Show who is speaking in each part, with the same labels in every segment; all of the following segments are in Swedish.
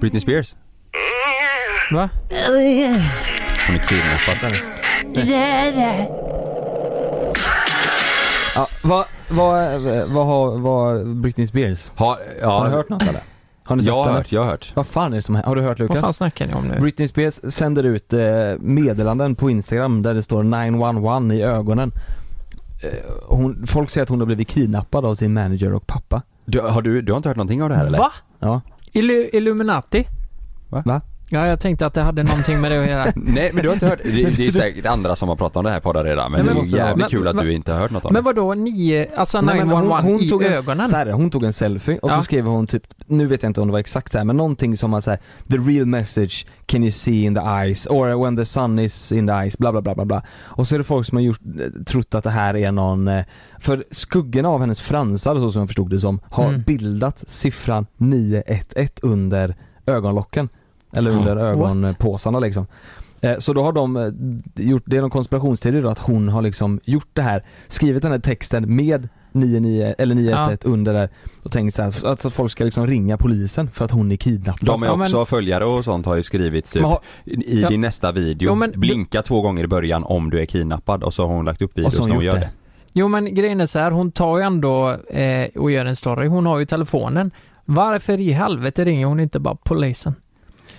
Speaker 1: Britney Spears.
Speaker 2: Va?
Speaker 1: Hon är kidnappad där.
Speaker 2: Ja, vad, vad, vad har, vad Britney Spears?
Speaker 1: Har, ja,
Speaker 2: Har du hört något eller? Har ni sett
Speaker 1: Jag har
Speaker 2: det?
Speaker 1: hört, jag har hört.
Speaker 2: Vad fan är det som händer? Har du hört
Speaker 3: Vad fan
Speaker 2: Lukas?
Speaker 3: snackar ni om nu?
Speaker 2: Britney Spears sänder ut eh, meddelanden på Instagram där det står 911 i ögonen. Eh, Hon, folk säger att hon har blivit kidnappad av sin manager och pappa.
Speaker 1: Du, har du, du har inte hört någonting av det här eller?
Speaker 3: Va?
Speaker 2: Ja.
Speaker 3: Illu- Illuminati?
Speaker 2: Va?
Speaker 3: Ja, jag tänkte att det hade någonting med det att göra.
Speaker 1: Nej men du har inte hört, det, det är säkert andra som har pratat om det här på redan men,
Speaker 3: Nej, men
Speaker 1: det
Speaker 3: måste
Speaker 1: är
Speaker 3: vara.
Speaker 1: jävligt
Speaker 3: Men-
Speaker 1: kul att
Speaker 3: men-
Speaker 1: du inte har hört något om
Speaker 3: Men
Speaker 1: det.
Speaker 3: vadå, ni, alltså
Speaker 2: Nej, men
Speaker 3: 911 i
Speaker 2: tog en,
Speaker 3: ögonen?
Speaker 2: Så här, hon tog en selfie och så
Speaker 3: Ja.
Speaker 2: skrev hon typ, nu vet jag inte om det var exakt så här, men någonting som var så här: the real message can you see in the eyes, or when the sun is in the eyes, bla bla bla bla bla. Och så är det folk som har gjort, eh, trott att det här är någon, eh, för skuggorna av hennes fransar så som jag förstod det som, har
Speaker 3: Mm.
Speaker 2: bildat siffran 911 under ögonlocken. Eller under ögonpåsarna liksom. Eh, Så då har de eh, gjort, det är någon konspirationsteori då att hon har liksom gjort det här, skrivit den här texten med 99, eller 911 under där och tänkt så här, så att, så att folk ska liksom ringa polisen för att hon är kidnappad.
Speaker 1: De är
Speaker 3: Ja, men-
Speaker 1: också följare och sånt har ju skrivit typ,
Speaker 2: Men har-
Speaker 1: i
Speaker 3: Ja.
Speaker 1: din nästa video,
Speaker 3: Jo, men-
Speaker 1: blinka två gånger i början om du är kidnappad och så har hon lagt upp
Speaker 2: Och
Speaker 1: videos
Speaker 2: så har
Speaker 1: när
Speaker 2: hon
Speaker 1: hon
Speaker 2: gjort
Speaker 1: gör
Speaker 2: det.
Speaker 1: det.
Speaker 3: Jo men grejen är så här, hon tar ju ändå eh, och gör en story. Hon har ju telefonen. Varför i helvete ringer hon inte bara polisen?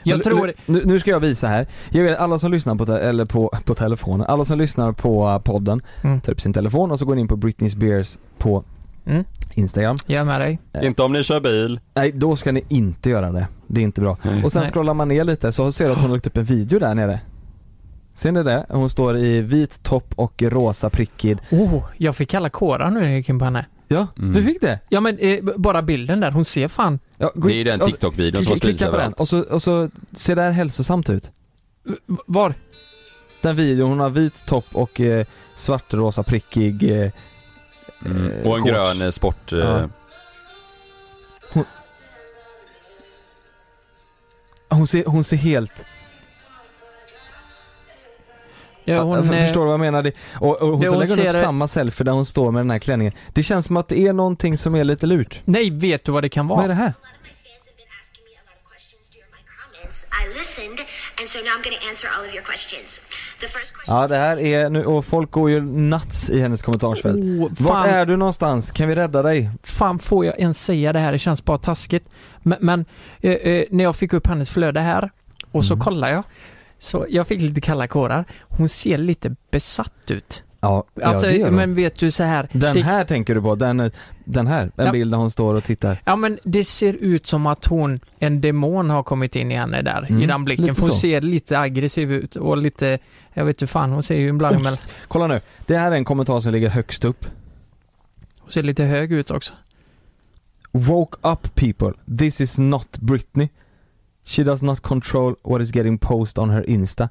Speaker 3: Jag
Speaker 2: Men
Speaker 3: tror...
Speaker 2: nu, nu ska jag visa här. Jag vet alla som lyssnar på, te- eller på, på telefonen, alla som lyssnar på eh, podden
Speaker 3: Mm.
Speaker 2: tar upp sin telefon och så går ni in på Britney Spears på
Speaker 3: Mm.
Speaker 2: Instagram.
Speaker 3: Jag är med dig.
Speaker 1: Inte om ni kör bil.
Speaker 2: Nej, då ska ni inte göra det. Det är inte bra. Och sen
Speaker 3: Nej.
Speaker 2: scrollar man ner lite så ser du att hon har lagt upp en video där nere. Ser ni det? Hon står i vit topp och rosa prickig.
Speaker 3: Oh, jag fick kalla kårar nu när jag gick in på henne.
Speaker 2: Ja,
Speaker 1: Mm.
Speaker 2: du fick det?
Speaker 3: Ja men eh, b- bara bilden där, hon ser fan...
Speaker 2: Ja, gå
Speaker 1: Det är
Speaker 2: in-
Speaker 1: ju den
Speaker 2: och-
Speaker 1: TikTok-videon som har
Speaker 2: klicka-
Speaker 1: spridits
Speaker 2: Klicka på den
Speaker 1: överallt.
Speaker 2: och så, och så ser det här hälsosamt ut.
Speaker 3: v- Var?
Speaker 2: Den videon, hon har vit topp och eh, svartrosa prickig eh,
Speaker 1: Mm. Och en
Speaker 2: shorts.
Speaker 1: grön eh, sport... eh,
Speaker 2: Ja. Hon ser, hon ser helt,
Speaker 3: Ja, hon,
Speaker 2: jag
Speaker 3: eh,
Speaker 2: förstår vad jag menar? Det, och, och hon,
Speaker 3: det
Speaker 2: så
Speaker 3: hon
Speaker 2: lägger hon upp
Speaker 3: ser-
Speaker 2: samma selfie där hon står med den här klänningen. Det känns som att det är någonting som är lite lurt.
Speaker 3: Nej, vet du vad det kan
Speaker 2: Vad är
Speaker 3: vara?
Speaker 2: det här?
Speaker 4: lot of my fans have been asking me a lot of questions during my comments. I listened, and so now I'm going to answer all of your questions. The first question.
Speaker 2: Ja det här är nu, och folk går ju nuts i hennes kommentarsfält.
Speaker 3: Oh,
Speaker 2: Vart
Speaker 3: fan,
Speaker 2: är du någonstans? Kan vi rädda dig?
Speaker 3: fan får jag ens säga det här? Det känns bara taskigt. Men, men eh, eh, när jag fick upp hennes flöde här och
Speaker 2: Mm.
Speaker 3: så kollar jag. Så jag fick lite kalla kårar. Hon ser lite besatt ut.
Speaker 2: Ja,
Speaker 3: Alltså,
Speaker 2: ja det gör
Speaker 3: men
Speaker 2: men...
Speaker 3: vet du så här.
Speaker 2: Den
Speaker 3: det,
Speaker 2: här tänker du på, den, den här, en
Speaker 3: Ja.
Speaker 2: bild där hon står och tittar.
Speaker 3: Ja men det ser ut som att hon, en demon har kommit in i henne där,
Speaker 2: Mm,
Speaker 3: i den blicken.
Speaker 2: lite
Speaker 3: För hon
Speaker 2: så.
Speaker 3: ser lite aggressiv ut och lite, jag vet inte fan, hon ser ju en blandning mellan,
Speaker 2: Kolla nu, det här är en kommentar som ligger högst upp.
Speaker 3: hon ser lite hög ut också.
Speaker 2: Woke up people, this is not Britney. She does not control what is getting posted on her Insta.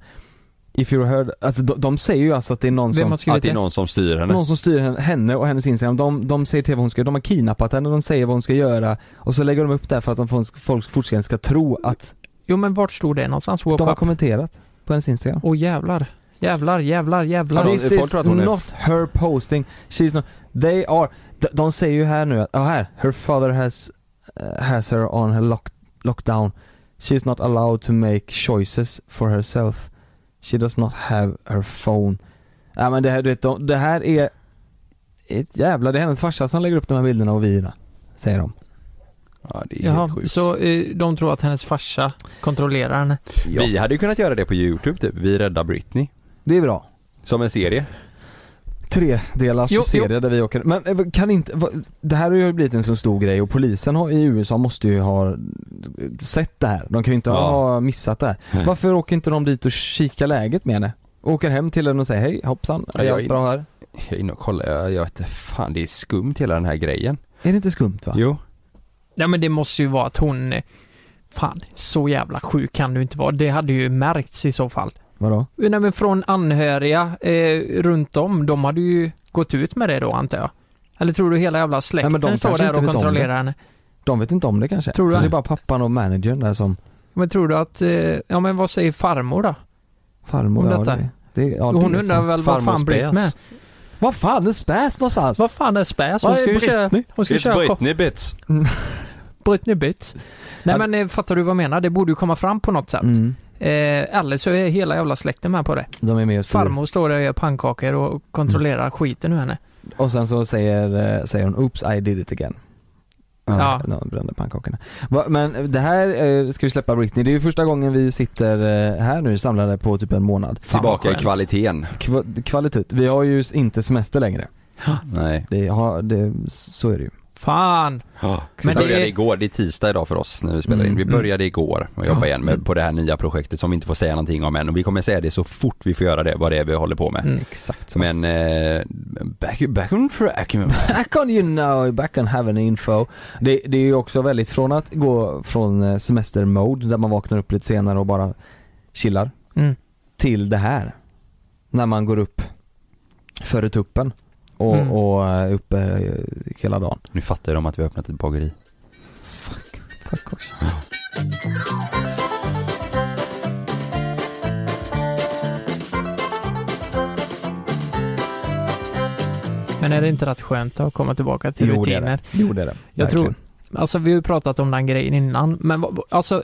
Speaker 2: If you heard, alltså de, de säger ju alltså att det är någon
Speaker 3: Vem har
Speaker 2: som,
Speaker 3: skrivit
Speaker 1: att det
Speaker 3: det?
Speaker 1: är någon som styr henne.
Speaker 2: någon som styr henne- henne och hennes Instagram. De, de säger till vad hon ska de har kidnappat henne, de säger vad hon ska göra och så lägger de upp det här för att de folk, folk fortfarande ska tro att
Speaker 3: Jo men vart stod det någonstans? Woke
Speaker 2: de har
Speaker 3: up?
Speaker 2: kommenterat på hennes Instagram.
Speaker 3: Åh jävlar. Jävlar, jävlar, jävlar.
Speaker 1: Ja,
Speaker 2: This
Speaker 1: folk
Speaker 2: is
Speaker 1: tror att hon är-
Speaker 2: not her posting, she's not, they are, de, de säger ju här nu att, ja här, her father has, eh, has her on her lock, lockdown. She's not allowed to make choices for herself. She does not have her phone. Ja men det här, du vet, de, det här är ett jävla, det är hennes farsa som lägger upp de här bilderna och videorna, säger de.
Speaker 1: Ja, det är
Speaker 3: Jaha,
Speaker 1: helt sjukt.
Speaker 3: så eh, de tror att hennes farsa kontrollerar henne.
Speaker 1: Ja. Vi hade ju kunnat göra det på youtube typ, Vi räddar Britney.
Speaker 2: Det är bra.
Speaker 1: Som en serie.
Speaker 2: Tre delars
Speaker 3: Jo, jo.
Speaker 2: serie där vi åker. Men eh, kan inte, va- det här har ju blivit en så stor grej och polisen har, i USA måste ju ha eh, sett det här. De kan ju inte
Speaker 1: Ja.
Speaker 2: ha missat det här. Varför åker inte de dit och kikar läget med henne? Åker hem till henne och säger hej hoppsan,
Speaker 1: Ja,
Speaker 2: är
Speaker 1: jag
Speaker 2: allt
Speaker 1: är-
Speaker 2: bra här?
Speaker 1: Jag är inne och kollar, jag, jag vet inte, fan det är skumt hela den här grejen.
Speaker 2: Är det inte skumt va?
Speaker 1: Jo.
Speaker 3: Nej men det måste ju vara att hon... eh, Fan, så jävla sjuk kan du inte vara. Det hade ju märkts i så fall. Eh,
Speaker 2: Vadå?
Speaker 3: Nej men från anhöriga eh, runt om, de hade ju gått ut med det då antar jag. Eller tror du hela jävla släkten
Speaker 2: Nej, men de
Speaker 3: står
Speaker 2: kanske
Speaker 3: där
Speaker 2: inte
Speaker 3: och
Speaker 2: vet om
Speaker 3: kontrollerar henne?
Speaker 2: De vet inte om det kanske?
Speaker 3: Tror du
Speaker 2: det? är
Speaker 3: det?
Speaker 2: bara pappan och managern där som
Speaker 3: Men tror du att, eh, ja men vad säger farmor då?
Speaker 2: farmor
Speaker 3: Om
Speaker 2: ja,
Speaker 3: detta.
Speaker 2: det, det, ja,
Speaker 3: Hon
Speaker 2: det är
Speaker 3: undrar
Speaker 2: sant.
Speaker 3: väl vad fan
Speaker 1: Farmor
Speaker 3: Britt
Speaker 1: späs.
Speaker 3: med?
Speaker 2: Vad fan är späs någonstans?
Speaker 3: Vad fan är späs? Hon
Speaker 2: Vad är
Speaker 3: ska ju köra...
Speaker 2: Britney?
Speaker 3: Hon ska ju köra shop-
Speaker 1: Bits.
Speaker 3: Britney Bits. Nej men eh, fattar du vad jag menar? Det borde ju komma fram på något sätt.
Speaker 2: Mm,
Speaker 3: Eh, eller så är hela jävla släkten med på det.
Speaker 2: de är med och styr.
Speaker 3: Farmor står där och gör pannkakor och kontrollerar
Speaker 2: Mm.
Speaker 3: skiten ur henne.
Speaker 2: Och sen så säger, eh, säger hon 'Oops, I did it again'
Speaker 3: Ja.
Speaker 2: När hon brände pannkakorna. Va, men det här eh, ska vi släppa Britney, det är ju första gången vi sitter eh, här nu samlade på typ en månad.
Speaker 3: Fan, vad
Speaker 1: Tillbaka i
Speaker 3: skönt.
Speaker 1: kvaliteten.
Speaker 2: Kva- kvalitet, vi har ju s- inte semester längre.
Speaker 1: Nej.
Speaker 2: Det har, det, så är det ju.
Speaker 3: Fan!
Speaker 1: Men
Speaker 3: Men
Speaker 1: vi började
Speaker 3: det-
Speaker 1: igår, det är tisdag idag för oss när vi spelar in. Vi
Speaker 2: Mm.
Speaker 1: började igår och jobbar igen med, på det här nya projektet som vi inte får säga någonting om än och vi kommer säga det så fort vi får göra det, vad det är vi håller på med.
Speaker 3: Mm.
Speaker 2: Exakt så.
Speaker 1: Men eh, back, back on track.
Speaker 2: Back on you now, back on having info. Det, det är ju också väldigt, från att gå från eh, semestermode där man vaknar upp lite senare och bara chillar,
Speaker 3: Mm.
Speaker 2: till det här. När man går upp före tuppen och,
Speaker 3: Mm.
Speaker 2: och är uppe eh, hela dagen.
Speaker 1: Nu fattar de att vi har öppnat ett bageri.
Speaker 2: Fuck också.
Speaker 3: Men är det inte rätt skönt att komma tillbaka till
Speaker 2: Jo det är
Speaker 3: rutiner?
Speaker 2: det. Jo, det, är det.
Speaker 3: Jag
Speaker 2: Verkligen.
Speaker 3: tror, alltså vi har ju pratat om den grejen innan, men vad- alltså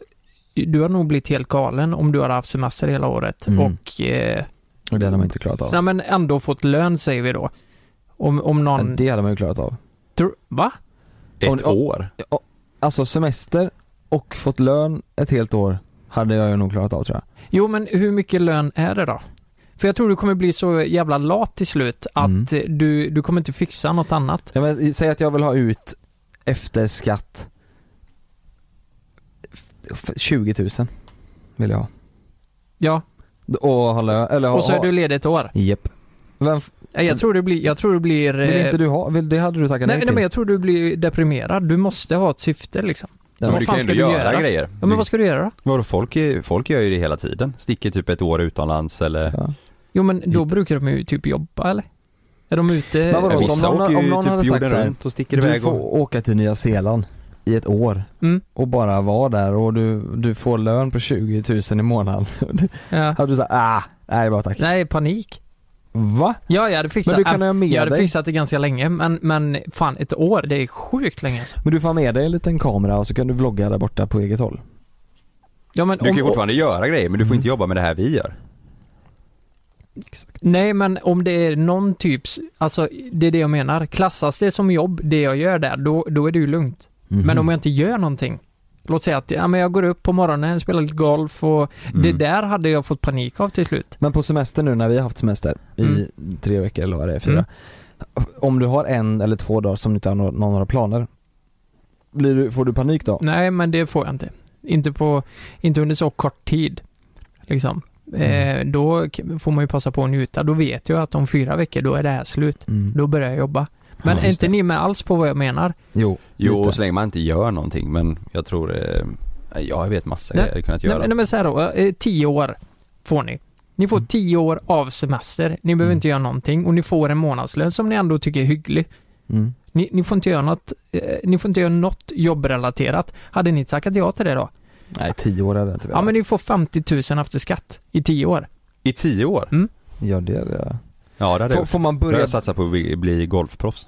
Speaker 3: du har nog blivit helt galen om du har haft semester hela året
Speaker 2: Mm.
Speaker 3: och eh,
Speaker 2: Och det hade man inte klarat av.
Speaker 3: nej, men ändå fått lön säger vi då. Om, om
Speaker 2: Ja,
Speaker 3: någon...
Speaker 2: Det hade man ju klarat av.
Speaker 3: Tror, va?
Speaker 1: Ett
Speaker 2: Och- och-
Speaker 1: år?
Speaker 2: Alltså semester och fått lön ett helt år hade jag ju nog klarat av tror jag.
Speaker 3: Jo, men hur mycket lön är det då? För jag tror du kommer bli så jävla lat till slut att
Speaker 2: Mm.
Speaker 3: eh, du, du kommer inte fixa något annat.
Speaker 2: Ja, men, säg att jag vill ha ut efter skatt f- f- 20 000 vill jag ha.
Speaker 3: Ja,
Speaker 2: Och ha lön, eller ha...
Speaker 3: och så är du
Speaker 2: ha-
Speaker 3: ledig ett år.
Speaker 2: Japp. Vem, f-
Speaker 3: Nej, Jag tror det blir... Jag tror det blir eh,
Speaker 2: vill inte du ha? Vill, det hade du tackat nej,
Speaker 3: nej, nej,
Speaker 2: till.
Speaker 3: men jag tror du blir deprimerad. Du måste ha ett syfte liksom.
Speaker 2: Ja,
Speaker 1: men
Speaker 3: vad
Speaker 1: du
Speaker 3: fan
Speaker 1: kan ju
Speaker 3: ska
Speaker 1: ändå
Speaker 3: du
Speaker 1: göra,
Speaker 3: göra?
Speaker 1: grejer.
Speaker 3: Ja, men vad ska du göra då?
Speaker 1: Vadå, folk, är- folk gör ju det hela tiden. Sticker typ ett år utomlands eller...
Speaker 2: Ja.
Speaker 3: Jo, men då brukar de ju typ jobba eller? Är de ute?
Speaker 2: Men vadå,
Speaker 1: Vissa
Speaker 2: som någon-
Speaker 1: åker ju
Speaker 2: om någon
Speaker 1: typ
Speaker 2: hade sagt
Speaker 1: jorden
Speaker 2: så här,
Speaker 1: runt och sticker
Speaker 2: Du
Speaker 1: iväg
Speaker 2: får
Speaker 1: och...
Speaker 2: åka till Nya Zeeland i ett år
Speaker 3: Mm.
Speaker 2: och bara vara där och du, du får lön på 20 000 i månaden.
Speaker 3: Ja.
Speaker 2: hade du sagt ah, nej bara tack.
Speaker 3: Nej, panik.
Speaker 2: Va?
Speaker 3: Ja, jag hade fixat,
Speaker 2: Men du kan ha med
Speaker 3: jag hade
Speaker 2: dig.
Speaker 3: fixat det ganska länge, men, men fan ett år, det är sjukt länge alltså.
Speaker 2: Men du får ha med dig en liten kamera och så kan du vlogga där borta på eget håll.
Speaker 3: Ja, men
Speaker 1: Du kan ju
Speaker 3: om, Mm.
Speaker 1: fortfarande göra grejer men du får inte jobba med det här vi gör.
Speaker 3: Nej, men om det är någon typs, alltså det är det jag menar. Klassas det som jobb, det jag gör där, då, då är det ju lugnt.
Speaker 2: Mhm.
Speaker 3: Men om jag inte gör någonting. Låt säga att ja, men jag går upp på morgonen, spelar lite golf och det
Speaker 1: Mm.
Speaker 3: där hade jag fått panik av till slut.
Speaker 2: Men på semester nu när vi har haft semester i
Speaker 3: Mm.
Speaker 2: tre veckor eller vad det är, fyra. Om du har en eller två dagar som du inte har några, några planer, blir du, får du panik då?
Speaker 3: Nej, men det får jag inte. Inte, på, inte under så kort tid. Liksom. Eh, då k- får man ju passa på att njuta. Då vet jag att om fyra veckor, då är det här slut.
Speaker 2: Mm.
Speaker 3: Då börjar jag jobba. Men
Speaker 2: Ja,
Speaker 3: är
Speaker 2: just
Speaker 3: inte ni med alls på vad jag menar?
Speaker 2: Jo,
Speaker 1: Jo,
Speaker 2: lite.
Speaker 1: och så länge man inte gör någonting men jag tror... Eh, jag vet massa
Speaker 3: Nej.
Speaker 1: jag hade kunnat
Speaker 3: Nej,
Speaker 1: göra.
Speaker 3: men- nej men så här då, eh, tio år får ni. Ni får tio år av semester, ni behöver inte göra någonting och ni får en månadslön som ni ändå tycker är hygglig.
Speaker 2: Mm.
Speaker 3: Ni, ni, får inte göra något, eh, ni får inte göra något jobbrelaterat. Hade ni tackat ja till det då?
Speaker 2: Nej, tio år är det inte
Speaker 3: Ja men ni får 50 000 efter skatt i tio år.
Speaker 1: I tio år?
Speaker 2: ja, det är det.
Speaker 1: Ja det hade
Speaker 2: Får,
Speaker 1: jag
Speaker 2: får man
Speaker 1: Börja...
Speaker 2: börja
Speaker 1: jag satsa på att bli, bli golfproffs.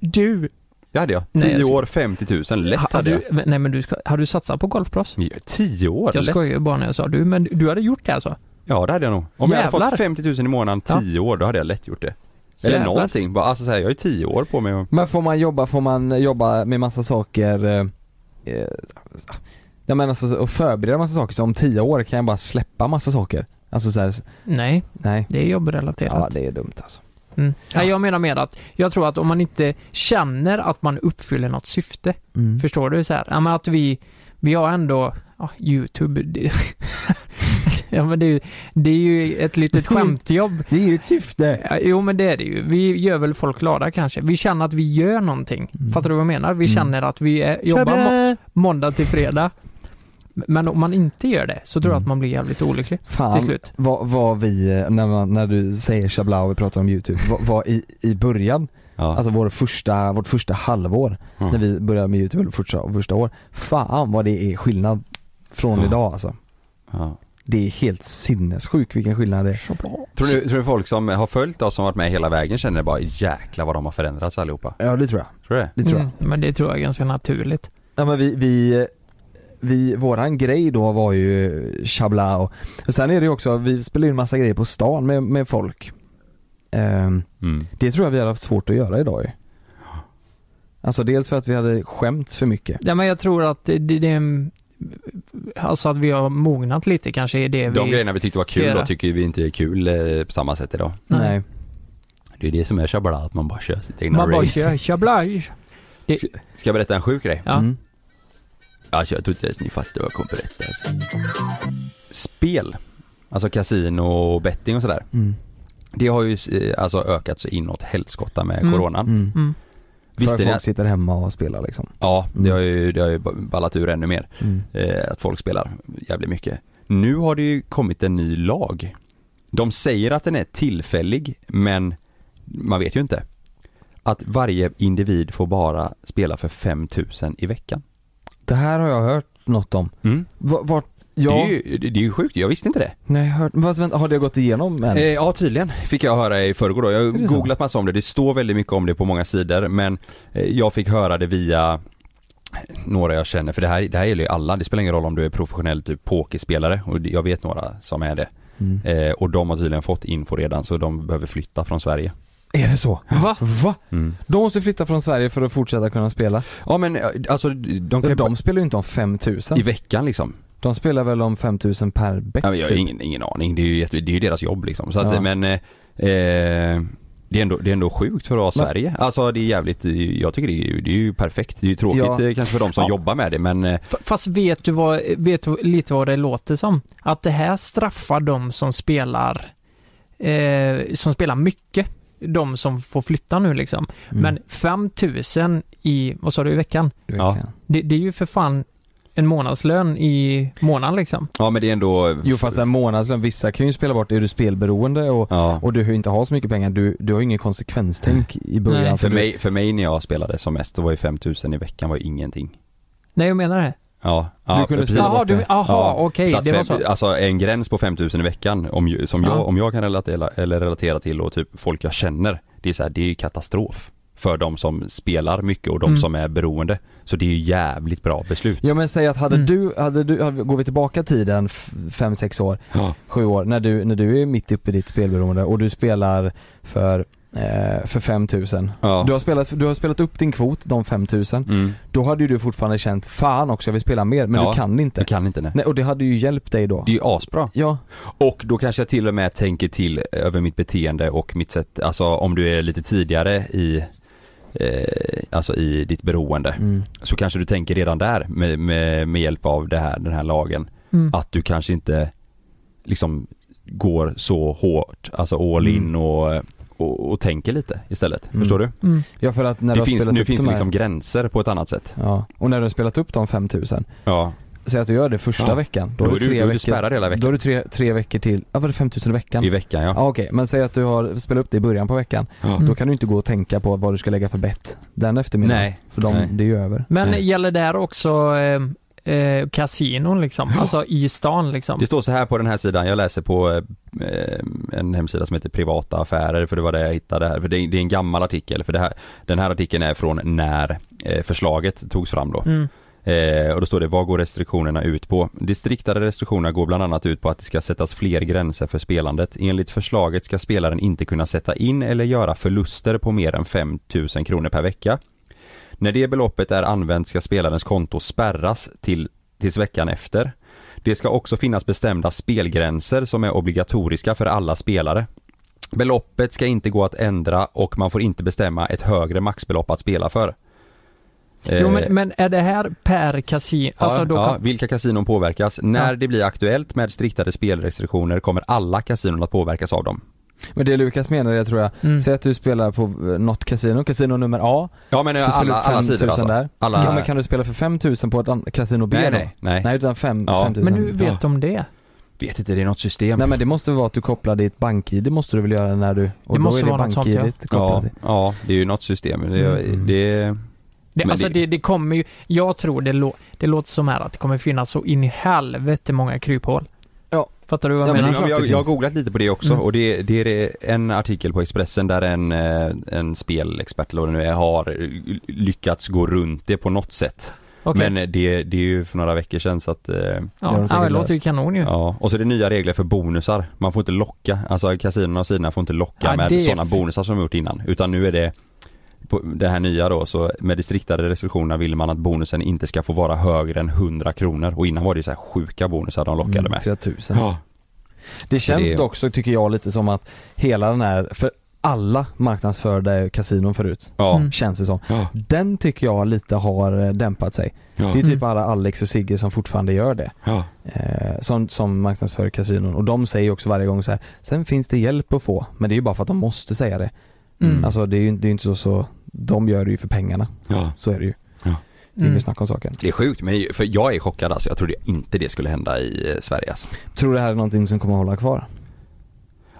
Speaker 3: Du!
Speaker 1: Det hade jag.
Speaker 3: Nej,
Speaker 1: 10
Speaker 3: jag ska-
Speaker 1: år, 50 000, lätt
Speaker 3: ha-
Speaker 1: hade jag.
Speaker 3: du men- nej men du, ska, har du satsat på golfproffs?
Speaker 1: Men jag- 10 år,
Speaker 3: Jag
Speaker 1: lätt.
Speaker 3: skojar ju bara när jag sa du, men du hade gjort det alltså?
Speaker 1: Ja det hade jag nog. Om jag hade
Speaker 3: Jävlar.
Speaker 1: fått 50 000 i månaden,
Speaker 3: Ja.
Speaker 1: 10 år, då hade jag lätt gjort det. Eller
Speaker 3: Jävlar.
Speaker 1: någonting. Bara, Alltså så här, jag har ju tio år på mig. och-
Speaker 2: Men får man jobba, får man jobba med massa saker eh, eh, Jag menar alltså, och förbereda massa saker, så om tio år kan jag bara släppa massa saker Alltså såhär,
Speaker 3: Nej,
Speaker 2: nej
Speaker 3: det är jobbrelaterat.
Speaker 2: Ja det är dumt alltså
Speaker 3: Mm. Nej, jag menar med att jag tror att om man inte känner att man uppfyller något syfte,
Speaker 2: Mm.
Speaker 3: förstår du? Så här, ja, men att vi, vi har ändå, ja, YouTube, det, ja, men det, är ju- det är ju ett litet skämtjobb.
Speaker 2: Det är ju ett syfte!
Speaker 3: Ja, Jo men det är det ju. Vi gör väl folk glada kanske. Vi känner att vi gör någonting.
Speaker 2: Mm.
Speaker 3: Fattar du vad jag menar? Vi känner att vi är, jobbar må- måndag till fredag. Men om man inte gör det så
Speaker 2: Mm.
Speaker 3: tror jag att man blir jävligt olycklig till
Speaker 2: Fan,
Speaker 3: slut.
Speaker 2: vad, vad vi, eh, när, man, när du säger Chablau och vi pratar om YouTube, vad, vad i, i början,
Speaker 1: Ja.
Speaker 2: alltså vår första, vårt första halvår
Speaker 1: Mm.
Speaker 2: när vi började med YouTube, eller första, första år, fan vad det är skillnad från
Speaker 1: Ja.
Speaker 2: idag alltså
Speaker 1: ja.
Speaker 2: Det är helt sinnessjukt vilken skillnad det är
Speaker 1: Tror du, tror du folk som har följt oss som varit med hela vägen känner bara jäkla vad de har förändrats allihopa?
Speaker 2: Ja det tror jag,
Speaker 1: Tror du det?
Speaker 2: det tror jag
Speaker 3: Mm, men det tror jag är ganska naturligt.
Speaker 2: Ja men vi, vi, vi, våran grej då var ju chabla och, och sen är det ju också, vi spelar in massa grejer på stan med, med folk Ehm,
Speaker 1: Mm.
Speaker 2: Det tror jag vi hade haft svårt att göra idag ju Alltså dels för att vi hade skämts för mycket
Speaker 3: Ja, men jag tror att det, det är en- Alltså att vi har mognat lite kanske i det
Speaker 1: De
Speaker 3: vi...
Speaker 1: grejerna vi tyckte var kul då
Speaker 3: Flera.
Speaker 1: tycker vi inte är kul eh, på samma sätt idag.
Speaker 3: Nej.
Speaker 1: Det är det som är Chabla, att man bara kör sitt egna
Speaker 3: Man bara
Speaker 1: race.
Speaker 3: kör tjablaj.
Speaker 1: Ska jag berätta en sjuk grej?
Speaker 3: Ja.
Speaker 2: Mm.
Speaker 1: Alltså jag tror inte ens ni fattar vad jag kommer berätta alltså. Spel, alltså kasino och betting och sådär.
Speaker 2: Mm.
Speaker 1: Det har ju eh, alltså ökat så inåt helskotta med
Speaker 3: Mm.
Speaker 1: coronan.
Speaker 2: Mm.
Speaker 3: Mm.
Speaker 2: För
Speaker 1: Visste
Speaker 2: att
Speaker 1: ni
Speaker 2: folk
Speaker 1: att,
Speaker 2: sitter hemma och spelar liksom
Speaker 1: ja, det
Speaker 2: Mm.
Speaker 1: har, ju, det har ju ballat ur ännu mer.
Speaker 2: mm.
Speaker 1: Eh, att folk spelar jävligt mycket. Nu har det ju kommit en ny lag. De säger att den är tillfällig, men man vet ju inte. Att varje individ får bara spela för 5000 i veckan.
Speaker 2: Det här har jag hört något om
Speaker 1: Mm.
Speaker 2: Va- Vart, ja,
Speaker 1: Det, är ju, det är ju sjukt, jag visste inte det.
Speaker 2: nej jag har hört, fast vänta, har det gått igenom än?
Speaker 1: Eh, ja tydligen, fick jag höra i förrgår då. Jag har
Speaker 2: det så?
Speaker 1: googlat massa om det, det står väldigt mycket om det på många sidor men eh, jag fick höra det via eh, några jag känner, för det här, det här gäller ju alla, det spelar ingen roll om du är professionell typ pokerspelare och jag vet några som är det.
Speaker 2: Mm.
Speaker 1: Eh, och de har tydligen fått info redan så de behöver flytta från Sverige.
Speaker 2: Är det så?
Speaker 3: Va?
Speaker 2: Va?
Speaker 1: Mm.
Speaker 2: De måste flytta från Sverige för att fortsätta kunna spela?
Speaker 1: Ja men eh, alltså de kan ju
Speaker 2: De spelar ju inte om 5000
Speaker 1: i veckan liksom.
Speaker 2: De spelar väl om 5000 per bäck
Speaker 1: Ja, men jag har
Speaker 2: typ.
Speaker 1: ingen, ingen aning, det är ju, jätte, det är ju deras jobb liksom. Så att,
Speaker 2: Ja.
Speaker 1: men eh, eh, det är, ändå, det är ändå sjukt för att vara
Speaker 2: Men-
Speaker 1: Sverige. Alltså det är jävligt, jag tycker det är, ju- det är ju perfekt. Det är ju tråkigt
Speaker 2: Ja.
Speaker 1: eh, kanske för de som
Speaker 3: Ja.
Speaker 1: jobbar med det men eh,
Speaker 3: F- Fast vet du, vad, vet du lite vad det låter som? Att det här straffar de som spelar eh, som spelar mycket. De som får flytta nu liksom.
Speaker 2: Mm.
Speaker 3: Men 5000 i, vad sa du, i veckan?
Speaker 2: Du
Speaker 1: Ja.
Speaker 2: kan.
Speaker 3: Det, det är ju för fan en månadslön i månaden liksom.
Speaker 1: ja men det är ändå
Speaker 2: Jo fast en månadslön, vissa kan ju spela bort, är du spelberoende och,
Speaker 1: ja.
Speaker 2: och du inte har så mycket pengar, du, du har ingen konsekvenstänk i början
Speaker 3: Nej.
Speaker 2: så
Speaker 1: för,
Speaker 2: du,
Speaker 1: mig, för mig när jag spelade som mest, då var ju 5000 i veckan var ju ingenting.
Speaker 3: Nej, jag menar det.
Speaker 1: Ja, ja
Speaker 2: Du kunde
Speaker 1: precis.
Speaker 2: spela
Speaker 3: Jaha, du, aha,
Speaker 1: Ja.
Speaker 3: okej,
Speaker 1: Så att
Speaker 3: det var
Speaker 1: fem-
Speaker 3: så.
Speaker 1: Alltså en gräns på 5000 i veckan om, ju- som
Speaker 3: Ja.
Speaker 1: jag, om jag kan relatera, eller relatera till och typ folk jag känner. Det är så här, det är ju katastrof. För de som spelar mycket och de
Speaker 3: Mm.
Speaker 1: som är beroende. Så det är ju jävligt bra beslut.
Speaker 2: Ja men säg att hade
Speaker 3: Mm.
Speaker 2: du, hade du, hade- går vi tillbaka tiden 5-6 år,
Speaker 1: Ja.
Speaker 2: 7 år, när du, när du är mitt uppe i ditt spelberoende och du spelar för, eh, för 5000
Speaker 1: Ja.
Speaker 2: du, har spelat, du har spelat upp din kvot, de 5000,
Speaker 1: Mm.
Speaker 2: då hade ju du fortfarande känt fan också jag vill spela mer, men
Speaker 1: Ja,
Speaker 2: du kan inte.
Speaker 1: Jag kan inte nej.
Speaker 2: Nej, och det hade ju hjälpt dig då.
Speaker 1: Det är ju asbra.
Speaker 2: Ja,
Speaker 1: Och då kanske jag till och med tänker till över mitt beteende och mitt sätt, alltså om du är lite tidigare i Eh, alltså i ditt beroende
Speaker 2: Mm.
Speaker 1: så kanske du tänker redan där med, med, med hjälp av det här, den här lagen
Speaker 3: Mm.
Speaker 1: att du kanske inte liksom går så hårt, alltså all in
Speaker 2: Mm.
Speaker 1: och, och, och tänker lite istället.
Speaker 2: Mm.
Speaker 1: Förstår du?
Speaker 3: Mm.
Speaker 2: ja för att när du
Speaker 1: Det
Speaker 2: har
Speaker 1: finns,
Speaker 2: spelat
Speaker 1: nu
Speaker 2: upp
Speaker 1: finns
Speaker 2: de
Speaker 1: det
Speaker 2: här,
Speaker 1: liksom gränser på ett annat sätt.
Speaker 2: Ja, och när du har spelat upp de 5000
Speaker 1: Ja.
Speaker 2: Säg att du gör det första
Speaker 1: Ja.
Speaker 2: veckan,
Speaker 1: Då,
Speaker 2: då, har
Speaker 1: är
Speaker 2: du
Speaker 1: du,
Speaker 2: tre
Speaker 1: då är du
Speaker 2: veckor
Speaker 1: spärrad hela
Speaker 2: Då
Speaker 1: veckan.
Speaker 2: har du tre, tre veckor till, ja var det 5000 i veckan?
Speaker 1: I veckan ja.
Speaker 2: Ja okej, men säg att du har spelat upp det i början på veckan,
Speaker 1: Ja.
Speaker 2: då kan du inte gå och tänka på vad du ska lägga för bett den eftermiddagen.
Speaker 1: Nej.
Speaker 2: För de,
Speaker 1: Nej.
Speaker 2: det är ju över.
Speaker 3: Men
Speaker 1: Nej.
Speaker 3: gäller det här också eh, eh, kasinon liksom? Alltså i stan liksom?
Speaker 1: Det står så här på den här sidan, jag läser på eh, en hemsida som heter Privata Affärer för det var det jag hittade här. För det är, det är en gammal artikel för det här, den här artikeln är från när eh, förslaget togs fram då.
Speaker 3: Mm.
Speaker 1: Eh, och då står det, vad går restriktionerna ut på? De striktare restriktionerna går bland annat ut på att det ska sättas fler gränser för spelandet. Enligt förslaget ska spelaren inte kunna sätta in eller göra förluster på mer än 5 000 kronor per vecka. När det beloppet är använt ska spelarens konto spärras till, tills veckan efter. Det ska också finnas bestämda spelgränser som är obligatoriska för alla spelare. Beloppet ska inte gå att ändra och man får inte bestämma ett högre maxbelopp att spela för.
Speaker 3: Jo,
Speaker 1: Eh,
Speaker 3: men, men är det här per kasino? Alltså,
Speaker 1: ja,
Speaker 3: då
Speaker 1: ja,
Speaker 3: kan...
Speaker 1: vilka kasinon påverkas? När
Speaker 3: Ja.
Speaker 1: det blir aktuellt med striktare spelrestriktioner kommer alla kasinon att påverkas av dem.
Speaker 2: Men det Lukas menar är tror jag,
Speaker 3: Mm.
Speaker 2: säg att du spelar på eh, något kasino, kasino nummer A,
Speaker 1: Ja men eh,
Speaker 2: så spelar
Speaker 1: alla,
Speaker 2: du 5
Speaker 1: alla
Speaker 2: 000
Speaker 1: sidor alltså.
Speaker 2: där.
Speaker 1: Alla...
Speaker 2: Ja, men kan du spela för 5 000 på ett an- kasino B
Speaker 1: nej,
Speaker 2: då?
Speaker 1: nej, nej,
Speaker 2: Nej utan 5
Speaker 1: Ja.
Speaker 2: 5 000.
Speaker 3: Men hur vet de det?
Speaker 1: Vet inte, det är något system.
Speaker 2: Nej men det måste vara att du kopplar ditt bank-id måste du väl göra när du, och då
Speaker 3: Det måste
Speaker 2: är det
Speaker 3: vara något sånt, ja.
Speaker 2: bank-id kopplat
Speaker 1: ja,
Speaker 2: till.
Speaker 1: ja, det är ju något system. Det,
Speaker 2: Mm.
Speaker 1: det,
Speaker 3: Det,
Speaker 1: Men
Speaker 3: alltså
Speaker 1: det-
Speaker 3: det, det kommer ju, jag tror det, lå, det låter som här att det kommer finnas så in i helvete många kryphål.
Speaker 2: Ja.
Speaker 3: Fattar du vad
Speaker 2: Ja,
Speaker 3: jag
Speaker 2: men
Speaker 3: menar?
Speaker 2: klart
Speaker 1: jag, jag,
Speaker 2: det
Speaker 1: jag har
Speaker 2: finns.
Speaker 1: googlat lite på det också
Speaker 3: Mm.
Speaker 1: och det, det är det en artikel på Expressen där en, eh, en spelexpert eller vad det nu är, har lyckats gå runt det på något sätt.
Speaker 3: Okej.
Speaker 1: Men eh, det, det är ju för några veckor sedan så att eh,
Speaker 2: det har
Speaker 3: ja.
Speaker 2: de
Speaker 3: Ja,
Speaker 2: säkert
Speaker 3: det låter ju
Speaker 2: löst.
Speaker 3: kanon ju.
Speaker 1: Ja, och så är det nya regler för bonusar. Man får inte locka, alltså kasinon och sidorna får inte locka
Speaker 3: Ja, det är
Speaker 1: med sådana
Speaker 3: f-
Speaker 1: bonusar som de gjort innan. Utan nu är det, på det här nya då, så med de striktare restriktionerna vill man att bonusen inte ska få vara högre än 100 kronor. Och innan var det ju så här sjuka bonusar de lockade med.
Speaker 2: Mm, Flera tusen.
Speaker 1: Ja,
Speaker 2: Det känns
Speaker 1: det är-
Speaker 2: dock så tycker jag lite som att hela den här, för alla marknadsförde kasinon förut,
Speaker 1: ja,
Speaker 3: Mm.
Speaker 2: känns det som.
Speaker 1: ja,
Speaker 2: Den tycker jag lite har eh, dämpat sig. Det är
Speaker 1: ja,
Speaker 2: typ
Speaker 3: Mm.
Speaker 2: alla Alex och Sigge som fortfarande gör det.
Speaker 1: ja.
Speaker 2: Eh, som, som marknadsför kasinon och de säger ju också varje gång så här. sen finns det hjälp att få, men det är ju bara för att de måste säga det.
Speaker 3: Mm.
Speaker 2: Alltså det är ju inte- det är ju inte så, så de gör det ju för pengarna,
Speaker 1: ja.
Speaker 2: så är det ju. Det är
Speaker 3: Mm.
Speaker 2: inget snack om saken.
Speaker 1: Det är sjukt, men för jag är chockad alltså. Jag trodde inte det skulle hända i eh, Sverige alltså.
Speaker 2: Tror det här är någonting som kommer att hålla kvar?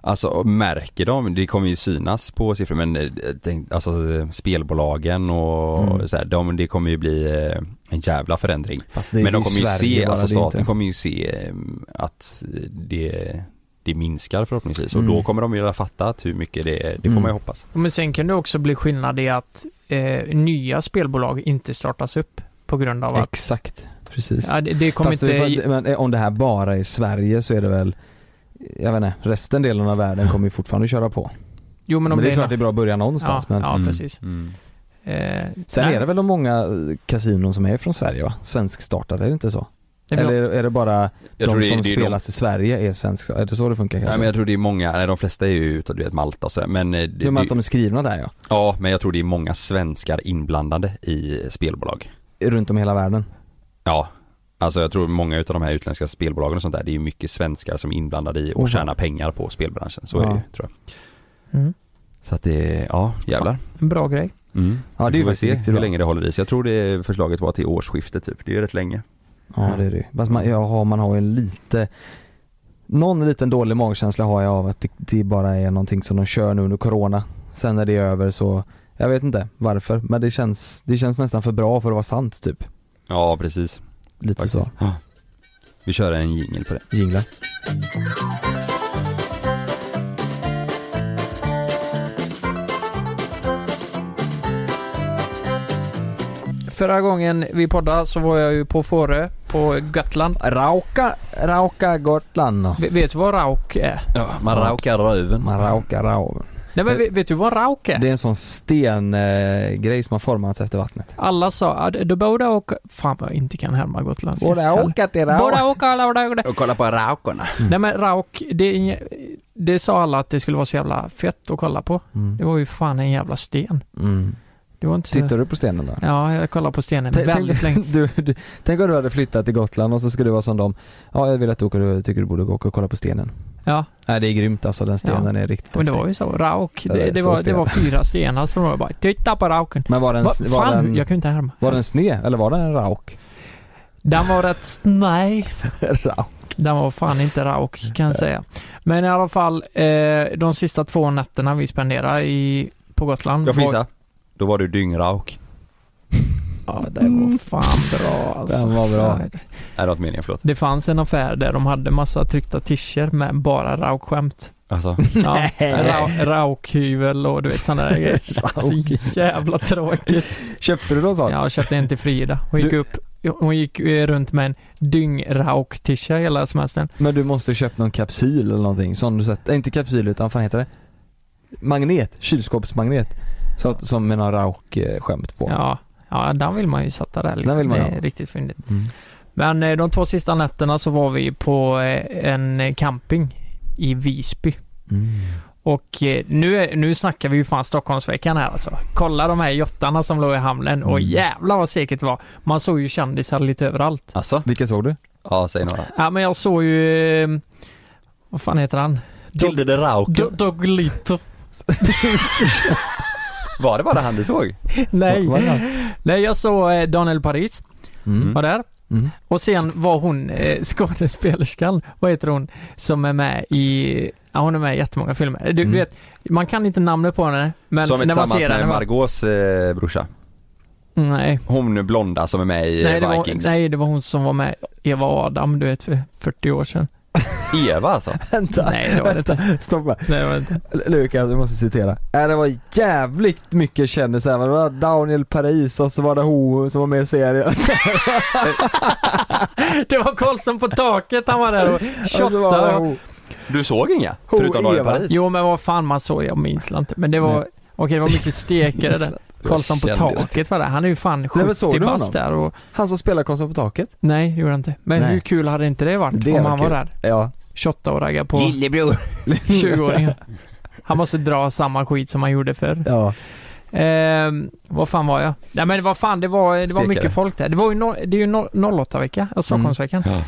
Speaker 1: Alltså märker de, det kommer ju synas på siffror men eh, tänk, alltså eh, spelbolagen och
Speaker 2: Mm.
Speaker 1: så här, de, det kommer ju bli eh, en jävla förändring.
Speaker 2: Fast det,
Speaker 1: men
Speaker 2: det
Speaker 1: de
Speaker 2: är
Speaker 1: kommer ju se,
Speaker 2: bara,
Speaker 1: alltså
Speaker 2: det är
Speaker 1: staten
Speaker 2: inte-
Speaker 1: kommer ju se eh, att det, det minskar förhoppningsvis och
Speaker 2: Mm.
Speaker 1: då kommer de ju ha fattat hur mycket det är, det får
Speaker 2: Mm.
Speaker 1: man ju hoppas.
Speaker 3: Men sen kan det också bli skillnad i att eh, nya spelbolag inte startas upp på grund av att...
Speaker 2: Exakt, precis.
Speaker 3: Ja, det, det kommer
Speaker 2: Fast det,
Speaker 3: inte...
Speaker 2: får- men eh, om det här bara är Sverige så är det väl jag vet inte, resten delen av världen kommer ju fortfarande köra på.
Speaker 3: jo, men
Speaker 2: Men,
Speaker 3: om
Speaker 2: det är klart det är
Speaker 3: nå-
Speaker 2: bra att börja någonstans
Speaker 3: ja,
Speaker 2: men
Speaker 3: ja, precis.
Speaker 1: Mm.
Speaker 3: Eh,
Speaker 2: Sen
Speaker 3: nej,
Speaker 2: är det väl de många eh, kasinon som är från Sverige va? Svenskstartade, är det inte så?
Speaker 3: det är väl-
Speaker 2: Eller är det bara
Speaker 1: Jag tror
Speaker 2: de
Speaker 1: det,
Speaker 2: som alltså.
Speaker 1: det är de,
Speaker 2: spelas i Sverige är svenska? Är det så det funkar kanske?
Speaker 1: nej, men jag tror det är många, nej, de flesta är ju utav du vet Malta och så här, men, eh,
Speaker 2: det,
Speaker 1: det,
Speaker 2: men att
Speaker 1: det,
Speaker 2: de är skrivna där ja,
Speaker 1: ja men jag tror det är många svenskar inblandade i spelbolag.
Speaker 2: runt om i hela världen.
Speaker 1: Ja, alltså jag tror många utav de här utländska spelbolagen och sånt där, det är ju mycket svenskar som är inblandade i
Speaker 2: Mhm.
Speaker 1: och tjänar pengar på spelbranschen. Så är det
Speaker 2: Ja.
Speaker 1: ju, tror jag.
Speaker 3: mm,
Speaker 1: Så att det, ja, jävlar.
Speaker 3: en bra grej.
Speaker 1: Mm.
Speaker 2: Ja, det är
Speaker 1: Vi
Speaker 2: ju
Speaker 1: får väl
Speaker 2: faktiskt
Speaker 1: se
Speaker 2: riktigt
Speaker 1: hur
Speaker 2: bra.
Speaker 1: länge det håller i sig. Jag tror det förslaget var till årsskiftet typ, det är ju rätt länge.
Speaker 2: Ja det är det ju. Fast man, jag har, man har ju en lite Någon liten dålig magkänsla har jag av att det, det bara är någonting som de kör nu under corona Sen när det är över så Jag vet inte varför men det känns, det känns nästan för bra för att vara sant typ
Speaker 1: Ja, precis.
Speaker 2: Lite
Speaker 1: Faktiskt. Ja. Vi kör en jingel på det.
Speaker 2: så, jinglar
Speaker 3: Förra gången vi poddade så var jag ju på Fårö, på Gotland.
Speaker 2: Rauka, Rauka Gotland och
Speaker 3: V- vet du vad rauk är?
Speaker 1: Ja, man raukar röven.
Speaker 2: man raukar rau.
Speaker 3: Nej men vet, vet du vad rauk är?
Speaker 2: Det är en sån stengrej eh, grej som har formats efter vattnet.
Speaker 3: Alla sa att du borde åka... Fan vad jag inte kan härma gotländska.
Speaker 2: till
Speaker 3: Borde åka, alla borde åka.
Speaker 1: Och kolla på raukorna.
Speaker 2: Mm.
Speaker 3: Nej men rauk, det, är inge- det sa alla att det skulle vara så jävla fett att kolla på.
Speaker 2: Mm.
Speaker 3: Det var ju fan en jävla sten.
Speaker 2: Mm.
Speaker 3: Det var inte...
Speaker 2: Tittar du på stenen då?
Speaker 3: Ja, jag kollade på stenen
Speaker 2: Tänk-
Speaker 3: väldigt länge.
Speaker 2: Du, du, tänk om du hade flyttat till Gotland och så skulle du vara som dem. Ja, jag vill att du åker och tycker du borde åka och kolla på stenen.
Speaker 3: Ja,
Speaker 2: Nej, det är grymt alltså. Den stenen är riktigt
Speaker 3: men det
Speaker 2: häftig.
Speaker 3: var ju så. Rauk,
Speaker 2: Ja, det
Speaker 3: det,
Speaker 2: är
Speaker 3: det,
Speaker 2: så
Speaker 3: var, det
Speaker 2: sten.
Speaker 3: var fyra stenar som var bara titta på rauken.
Speaker 2: Men var den,
Speaker 3: Va,
Speaker 2: var
Speaker 3: fan,
Speaker 2: den,
Speaker 3: jag kunde inte härma.
Speaker 2: var den sned eller var den en rauk?
Speaker 3: Den var rätt snäv.
Speaker 2: rauk.
Speaker 3: Den var fan inte rauk kan jag säga. Men i alla fall, eh, de sista två nätterna vi spenderade i, på Gotland.
Speaker 1: Jag får
Speaker 3: var-
Speaker 1: gissa. Då Mm. var du dyngrauk.
Speaker 3: Ja, det var fan bra alltså.
Speaker 2: Den var bra.
Speaker 3: Ja,
Speaker 1: Nej, det var inte meningen, förlåt.
Speaker 3: Det fanns en affär där de hade massa tryckta t-shirts med bara rauk-skämt.
Speaker 1: Alltså,
Speaker 3: Ja, ra- raukhyvel och du vet sådana där grejer. Så jävla tråkigt.
Speaker 2: Köpte du någon sån?
Speaker 3: Ja, jag köpte en till Frida och gick
Speaker 2: Du-
Speaker 3: upp hon gick eh, runt med en dyngrauk-tisha hela semestern.
Speaker 2: Men du måste köpa någon kapsyl eller någonting, sån du sätter, äh, inte kapsyl utan vad fan heter det? Magnet, kylskåpsmagnet. Så att, som med någon rauk-skämt på.
Speaker 3: Ja, ja, den vill man ju sätta där liksom.
Speaker 2: Den vill man
Speaker 3: det
Speaker 2: ha.
Speaker 3: är riktigt fyndigt.
Speaker 2: Mm.
Speaker 3: Men eh, de två sista nätterna så var vi på eh, en eh, camping i Visby.
Speaker 2: Mm.
Speaker 3: Och eh, nu, är- nu snackar vi ju fan Stockholmsveckan här alltså. Kolla de här jottarna som låg i hamnen och
Speaker 2: Mm.
Speaker 3: jävlar vad säkert det var. Man såg ju kändisar lite överallt.
Speaker 1: Alltså?
Speaker 2: Vilka såg du?
Speaker 1: Ja, säg några.
Speaker 3: Ja men jag såg ju... eh, Vad fan heter han? Dog-
Speaker 1: de Rauke.
Speaker 3: Do- Doglito.
Speaker 1: Var det bara han du såg?
Speaker 3: Nej.
Speaker 2: Var- var det?
Speaker 3: Nej jag såg eh, Daniel Paris
Speaker 2: Mm.
Speaker 3: var där.
Speaker 2: Mm.
Speaker 3: Och sen var hon eh, skådespelerskan, vad heter hon, som är med i, ja hon är med i jättemånga filmer. Du,
Speaker 2: Mm.
Speaker 3: du vet, man kan inte namnet på henne men
Speaker 1: som är
Speaker 3: när man
Speaker 1: tillsammans
Speaker 3: ser
Speaker 1: med
Speaker 3: henne.
Speaker 1: Margaux eh, brorsa.
Speaker 3: nej,
Speaker 1: Hon blonda som är med i
Speaker 3: nej, det
Speaker 1: eh,
Speaker 3: var,
Speaker 1: Vikings.
Speaker 3: nej, det var hon som var med Eva Adam, du vet för 40 år sedan.
Speaker 1: Eva alltså.
Speaker 2: Vänta,
Speaker 3: Nej, det var det inte.
Speaker 2: stoppa.
Speaker 3: Nej, jag vet inte.
Speaker 2: L- Lukas, du måste citera. Äh, det var jävligt mycket kändisar, men det var Daniel Paris och så var det Ho som var med i serien.
Speaker 3: Det var Karlsson på taket, han var där och
Speaker 2: Och så var det
Speaker 3: shottade.
Speaker 2: Ho.
Speaker 1: Du såg inga?
Speaker 2: Ho,
Speaker 1: Förutom Daniel
Speaker 2: Eva.
Speaker 1: Paris?
Speaker 3: Jo men vad fan man såg, jag minns inte. Men det var,
Speaker 2: Nej.
Speaker 3: okej det var mycket stekare där. Karlsson på
Speaker 1: Kändis.
Speaker 3: taket var där, han är ju fan
Speaker 2: men såg
Speaker 3: 70
Speaker 2: du
Speaker 3: bast
Speaker 2: honom?
Speaker 3: där och
Speaker 2: Han som spelar Konsten på taket.
Speaker 3: Nej, det gjorde han inte. Men
Speaker 2: Nej.
Speaker 3: hur kul hade inte det varit
Speaker 2: Det
Speaker 3: om
Speaker 2: var
Speaker 3: han var
Speaker 2: kul.
Speaker 3: där?
Speaker 2: Ja.
Speaker 3: 28 och raggade på
Speaker 1: Lillebror.
Speaker 3: 20-åringen. Han måste dra samma skit som han gjorde förr.
Speaker 2: Ja.
Speaker 3: Ehm, vad fan var jag? Nej men vad fan, det var, det var
Speaker 1: Stekare.
Speaker 3: mycket folk där. Det, var ju no, det är ju no, 08-vecka, alltså
Speaker 2: Mm.
Speaker 3: Stockholmsveckan.
Speaker 1: Ja.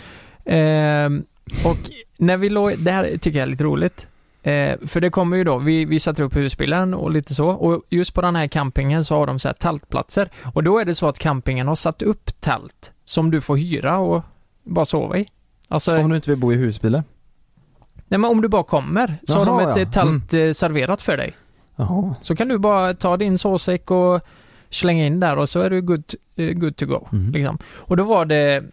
Speaker 3: Ehm, och när vi låg, det här tycker jag är lite roligt. Eh, för det kommer ju då, vi, vi sätter upp husbilen och lite så. Och just på den här campingen så har de så här tältplatser. Och då är det så att campingen har satt upp tält som du får hyra och bara sova i. Alltså,
Speaker 2: Om du inte vill bo i husbilen.
Speaker 3: nej men om du bara kommer så har
Speaker 2: Jaha,
Speaker 3: de ett
Speaker 2: ja. Mm.
Speaker 3: eh, tält eh, serverat för dig.
Speaker 2: Jaha.
Speaker 3: Så kan du bara ta din sovsäck och slänga in där och så är du good, eh, good to go.
Speaker 2: Mm.
Speaker 3: Liksom. Och då var det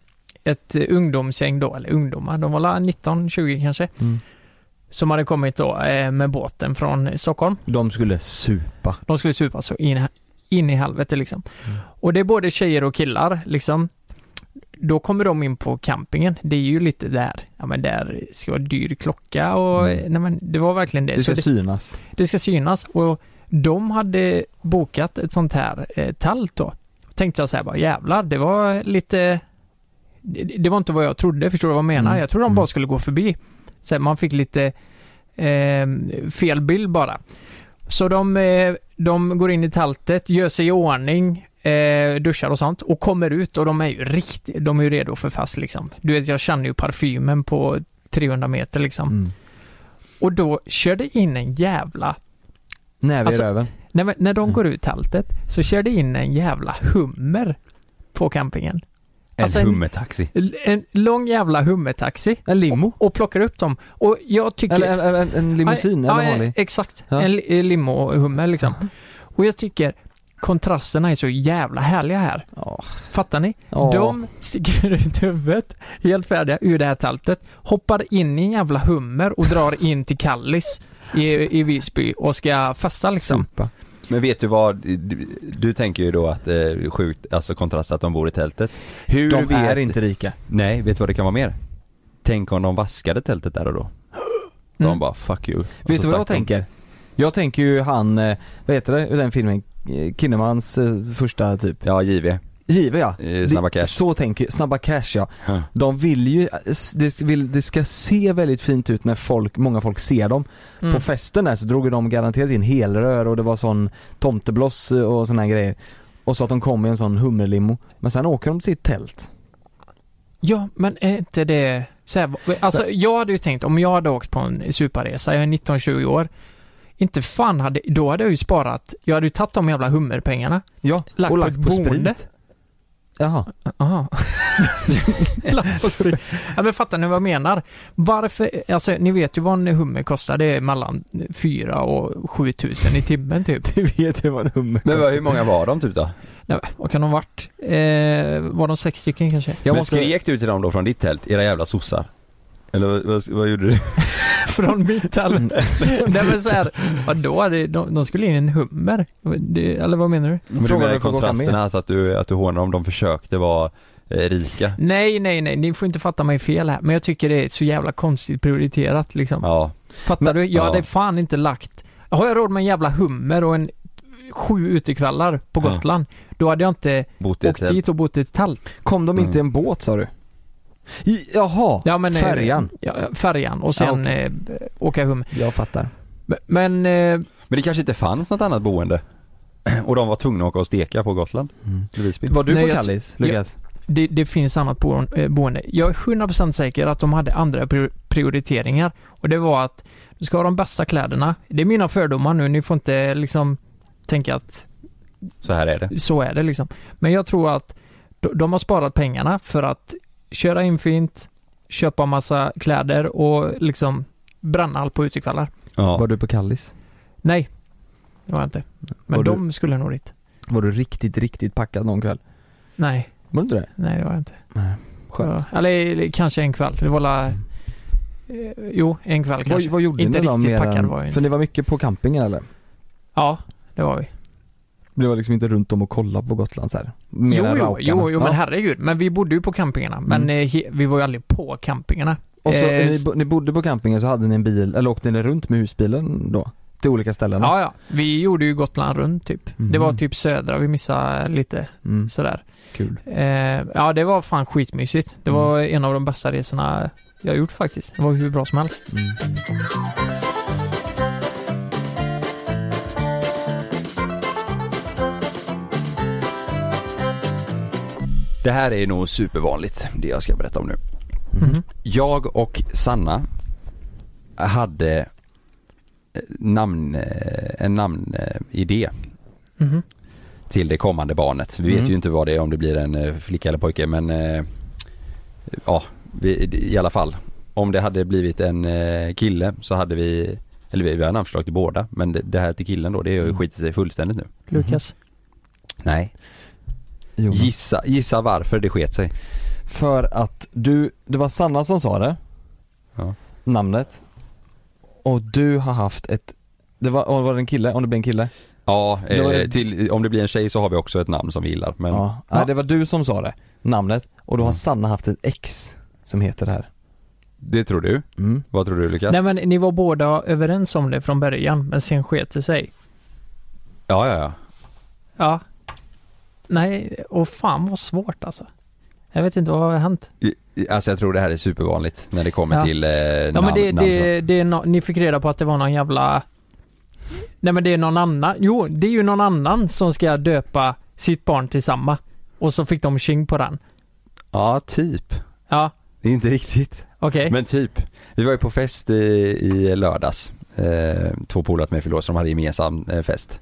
Speaker 3: ett eh, ungdomsgäng då, eller ungdomar, de var 19-20 kanske,
Speaker 2: Mm.
Speaker 3: som hade kommit då eh, med båten från Stockholm.
Speaker 2: De skulle supa.
Speaker 3: De skulle supa så in, in i helvete liksom.
Speaker 2: Mm.
Speaker 3: Och det är både tjejer och killar liksom. Då kommer de in på campingen. Det är ju lite där, ja men där ska vara dyr klocka och eh, nej men det var verkligen det.
Speaker 2: Mm. Det ska
Speaker 3: Så det-
Speaker 2: synas.
Speaker 3: det ska synas och de hade bokat ett sånt här eh, tält då. Tänkte jag så här bara jävlar, det var lite det, det var inte vad jag trodde, förstår du vad jag menar?
Speaker 2: Mm.
Speaker 3: Jag trodde de
Speaker 2: Mm.
Speaker 3: bara skulle gå förbi. Så här, man fick lite eh, fel bild bara. Så de, eh, de går in i tältet, gör sig i ordning, eh, duschar och sånt och kommer ut och de är ju riktigt, de är ju redo för fast liksom. Du vet, jag känner ju parfymen på 300 meter liksom.
Speaker 2: Mm.
Speaker 3: Och då kör det in en jävla
Speaker 2: Näve
Speaker 3: Alltså-
Speaker 2: i röven.
Speaker 3: Nej, men när
Speaker 2: Mm.
Speaker 3: de går ut tältet så kör det in en jävla hummer på campingen.
Speaker 1: En
Speaker 3: Alltså en-
Speaker 1: hummertaxi.
Speaker 3: L- En lång jävla hummertaxi.
Speaker 2: En limo.
Speaker 3: Och, och plockar upp dem. Och jag tycker...
Speaker 2: Eller en, en, en limousin,
Speaker 3: Ja,
Speaker 2: eller
Speaker 3: ja,
Speaker 2: vanlig.
Speaker 3: Exakt.
Speaker 2: Ja.
Speaker 3: En li- limo-hummer liksom. Och jag tycker kontrasterna är så jävla härliga här.
Speaker 2: Ja.
Speaker 3: Fattar ni?
Speaker 2: Ja.
Speaker 3: De sticker ut huvudet, helt färdiga, ur det här tältet. Hoppar in i en jävla hummer och drar in till Kallis i, i Visby och ska festa liksom.
Speaker 2: Supa.
Speaker 1: Men vet du vad, du, du tänker ju då att eh, det är sjukt, alltså kontrast att de bor i tältet. Hur
Speaker 2: De
Speaker 1: vet,
Speaker 2: är inte rika.
Speaker 1: Nej, vet du vad det kan vara mer? Tänk om de vaskade tältet där och då. De
Speaker 3: Mm.
Speaker 1: bara 'fuck you' Och
Speaker 2: Vet
Speaker 1: så
Speaker 2: du vad jag
Speaker 1: stack de.
Speaker 2: tänker? Jag tänker ju han, eh, vad heter det, i den filmen, Eh, Kinnemans eh, första typ,
Speaker 1: Ja, JW.
Speaker 2: Give ja.
Speaker 1: Eh, Snabba
Speaker 2: Det-
Speaker 1: Cash.
Speaker 2: Så tänker jag, Snabba Cash ja.
Speaker 1: Ja.
Speaker 2: De vill ju, det, vill, det ska se väldigt fint ut när folk, många folk ser dem.
Speaker 3: Mm.
Speaker 2: På festen där så drog ju de garanterat in helrör och det var sån tomtebloss och såna här grejer. Och så att de kom i en sån hummerlimo. Men sen åker de till sitt tält.
Speaker 3: Ja, men är inte det så här, Alltså jag hade ju tänkt, om jag hade åkt på en superresa, jag är 19-20 år. Inte fan hade, då hade jag ju sparat, jag hade ju tagit de jävla hummerpengarna.
Speaker 2: Ja,
Speaker 3: Lagt
Speaker 2: och
Speaker 3: på
Speaker 2: lagt
Speaker 3: ett
Speaker 2: på,
Speaker 3: boende.
Speaker 2: sprit. Jaha.
Speaker 3: Jaha. Lagt på sprit. ja, men fattar ni vad jag menar? Varför, alltså ni vet ju vad en hummer kostar, det är mellan 4 och 7 tusen i timmen typ.
Speaker 2: Du vet ju vad en hummer
Speaker 1: Men vad,
Speaker 2: kostar.
Speaker 1: hur många var de typ då?
Speaker 3: Nej, vad kan de ha varit? Eh, var de sex stycken kanske?
Speaker 1: Jag
Speaker 2: Jag
Speaker 1: men
Speaker 2: måste-
Speaker 1: skrek du till dem då från ditt tält, era jävla sossar? Eller vad, vad, vad gjorde du?
Speaker 3: Från mitt tält. Nej men såhär, vadå? Det- De, de skulle in i en hummer? Det, eller vad menar du?
Speaker 1: Men du
Speaker 2: Frågan
Speaker 1: menar
Speaker 2: är om jag får gå fram med.
Speaker 1: kontrasterna, alltså att du, att du hånar om de försökte vara eh, rika.
Speaker 3: Nej, nej, nej, ni får inte fatta mig fel här, men jag tycker det är så jävla konstigt prioriterat liksom.
Speaker 1: Ja,
Speaker 3: Fattar du? Jag
Speaker 1: ja.
Speaker 3: hade fan inte lagt... Har jag råd med en jävla hummer och en sju utekvällar på
Speaker 1: Ja.
Speaker 3: Gotland, då hade jag inte
Speaker 1: bott i ett
Speaker 3: åkt dit och bott i ett tält.
Speaker 2: Kom de inte i en båt sa du? I, jaha,
Speaker 3: Ja, men, eh,
Speaker 2: färjan.
Speaker 3: Ja, färjan och sen eh, åka hummer.
Speaker 2: Jag fattar.
Speaker 3: Men, eh,
Speaker 1: Men det kanske inte fanns något annat boende. Och de var tvungna att åka och steka på Gotland. I Visby.
Speaker 2: Var du
Speaker 3: Nej,
Speaker 2: på
Speaker 3: jag-
Speaker 2: Kallis, Lukas?
Speaker 3: det, det finns annat bo- eh, boende. Jag är 100% säker att de hade andra prior- prioriteringar och det var att du ska ha de bästa kläderna. Det är mina fördomar nu, ni får inte liksom tänka att
Speaker 1: Så här är det.
Speaker 3: så är det liksom. Men jag tror att de- de har sparat pengarna för att köra in fint, köpa massa kläder och liksom bränna allt på utekvällar.
Speaker 1: Ja.
Speaker 2: Var du på Kallis?
Speaker 3: Nej, det var jag inte. Men
Speaker 2: Var du-
Speaker 3: de skulle nog dit.
Speaker 2: Var du riktigt, riktigt packad någon kväll?
Speaker 3: Nej,
Speaker 2: Var du inte det?
Speaker 3: nej det var jag inte.
Speaker 2: Nej. Skönt.
Speaker 3: Ja, eller kanske en kväll. Det var la... eh, Jo, en kväll
Speaker 2: vad,
Speaker 3: kanske.
Speaker 2: vad gjorde
Speaker 3: inte
Speaker 2: ni då?
Speaker 3: riktigt
Speaker 2: mer
Speaker 3: packad
Speaker 2: än-
Speaker 3: var jag
Speaker 2: För
Speaker 3: inte.
Speaker 2: ni var mycket på campingen eller?
Speaker 3: Ja, det var vi.
Speaker 2: Ni var liksom inte runt om och kollade på Gotland så här? Mer
Speaker 3: jo,
Speaker 2: än
Speaker 3: jo,
Speaker 2: raukarna.
Speaker 3: jo, jo, men
Speaker 2: Ja.
Speaker 3: herregud. Men vi bodde ju på campingarna. Men
Speaker 2: Mm.
Speaker 3: eh, he- vi var ju aldrig på campingarna.
Speaker 2: Och så,
Speaker 3: Eh,
Speaker 2: ni, bo- ni bodde på campingen så hade ni en bil, eller åkte ni runt med husbilen då? Till olika ställen?
Speaker 3: Ja, ja. Vi gjorde ju Gotland runt typ.
Speaker 2: Mhm.
Speaker 3: Det var typ södra vi missade lite
Speaker 2: Mm,
Speaker 3: sådär.
Speaker 2: kul.
Speaker 3: Eh, ja, det var fan skitmysigt. Det var
Speaker 2: Mm.
Speaker 3: en av de bästa resorna jag gjort faktiskt. Det var hur bra som helst.
Speaker 2: Mm.
Speaker 1: Det här är nog supervanligt, det jag ska berätta om nu.
Speaker 3: Mhm.
Speaker 1: Jag och Sanna hade eh, namn, eh, en namnidé
Speaker 3: Mhm.
Speaker 1: till det kommande barnet. Vi vet
Speaker 2: Mm.
Speaker 1: ju inte vad det är, om det blir en eh, flicka eller pojke, men eh, ja, vi, i alla fall. Om det hade blivit en eh, kille så hade vi, eller vi, vi har namnförslag till båda, men det, det här till killen då, det har ju skitit sig fullständigt nu.
Speaker 3: Lukas.
Speaker 1: Nej.
Speaker 2: Jo.
Speaker 1: Gissa, gissa varför det sket sig.
Speaker 2: För att du, det var Sanna som sa det
Speaker 1: Ja.
Speaker 2: Namnet Och du har haft ett det var, om det var en kille, om det blev en kille?
Speaker 1: Ja,
Speaker 2: Det var-
Speaker 1: eh, till, om det blir en tjej så har vi också ett namn som vi gillar men ja.
Speaker 2: Ja. Nej, det var du som sa det, namnet, och då har Sanna haft ett ex som heter det här
Speaker 1: det tror du.
Speaker 2: mm.
Speaker 1: Vad tror du Lukas?
Speaker 3: Nej men ni var båda överens om det från början, men sen sket det sig.
Speaker 1: Ja, ja, ja.
Speaker 3: Ja. Nej, och fan vad svårt alltså. Jag vet inte vad har hänt.
Speaker 1: I- i- Alltså jag tror det här är supervanligt när det kommer
Speaker 3: Ja.
Speaker 1: till eh,
Speaker 3: Ja
Speaker 1: namn.
Speaker 3: men det,
Speaker 1: namn
Speaker 3: det, det är no- ni fick reda på att det var någon jävla... Nej men det är någon annan, jo det är ju någon annan som ska döpa sitt barn till samma. Och så fick de tjing på den.
Speaker 1: Ja, typ.
Speaker 3: Ja,
Speaker 1: Det är inte riktigt.
Speaker 3: okej.
Speaker 1: Men typ. Vi var ju på fest i, i lördags. Eh, två polare till mig förlåt, som hade gemensam eh, fest.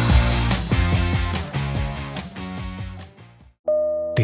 Speaker 5: Det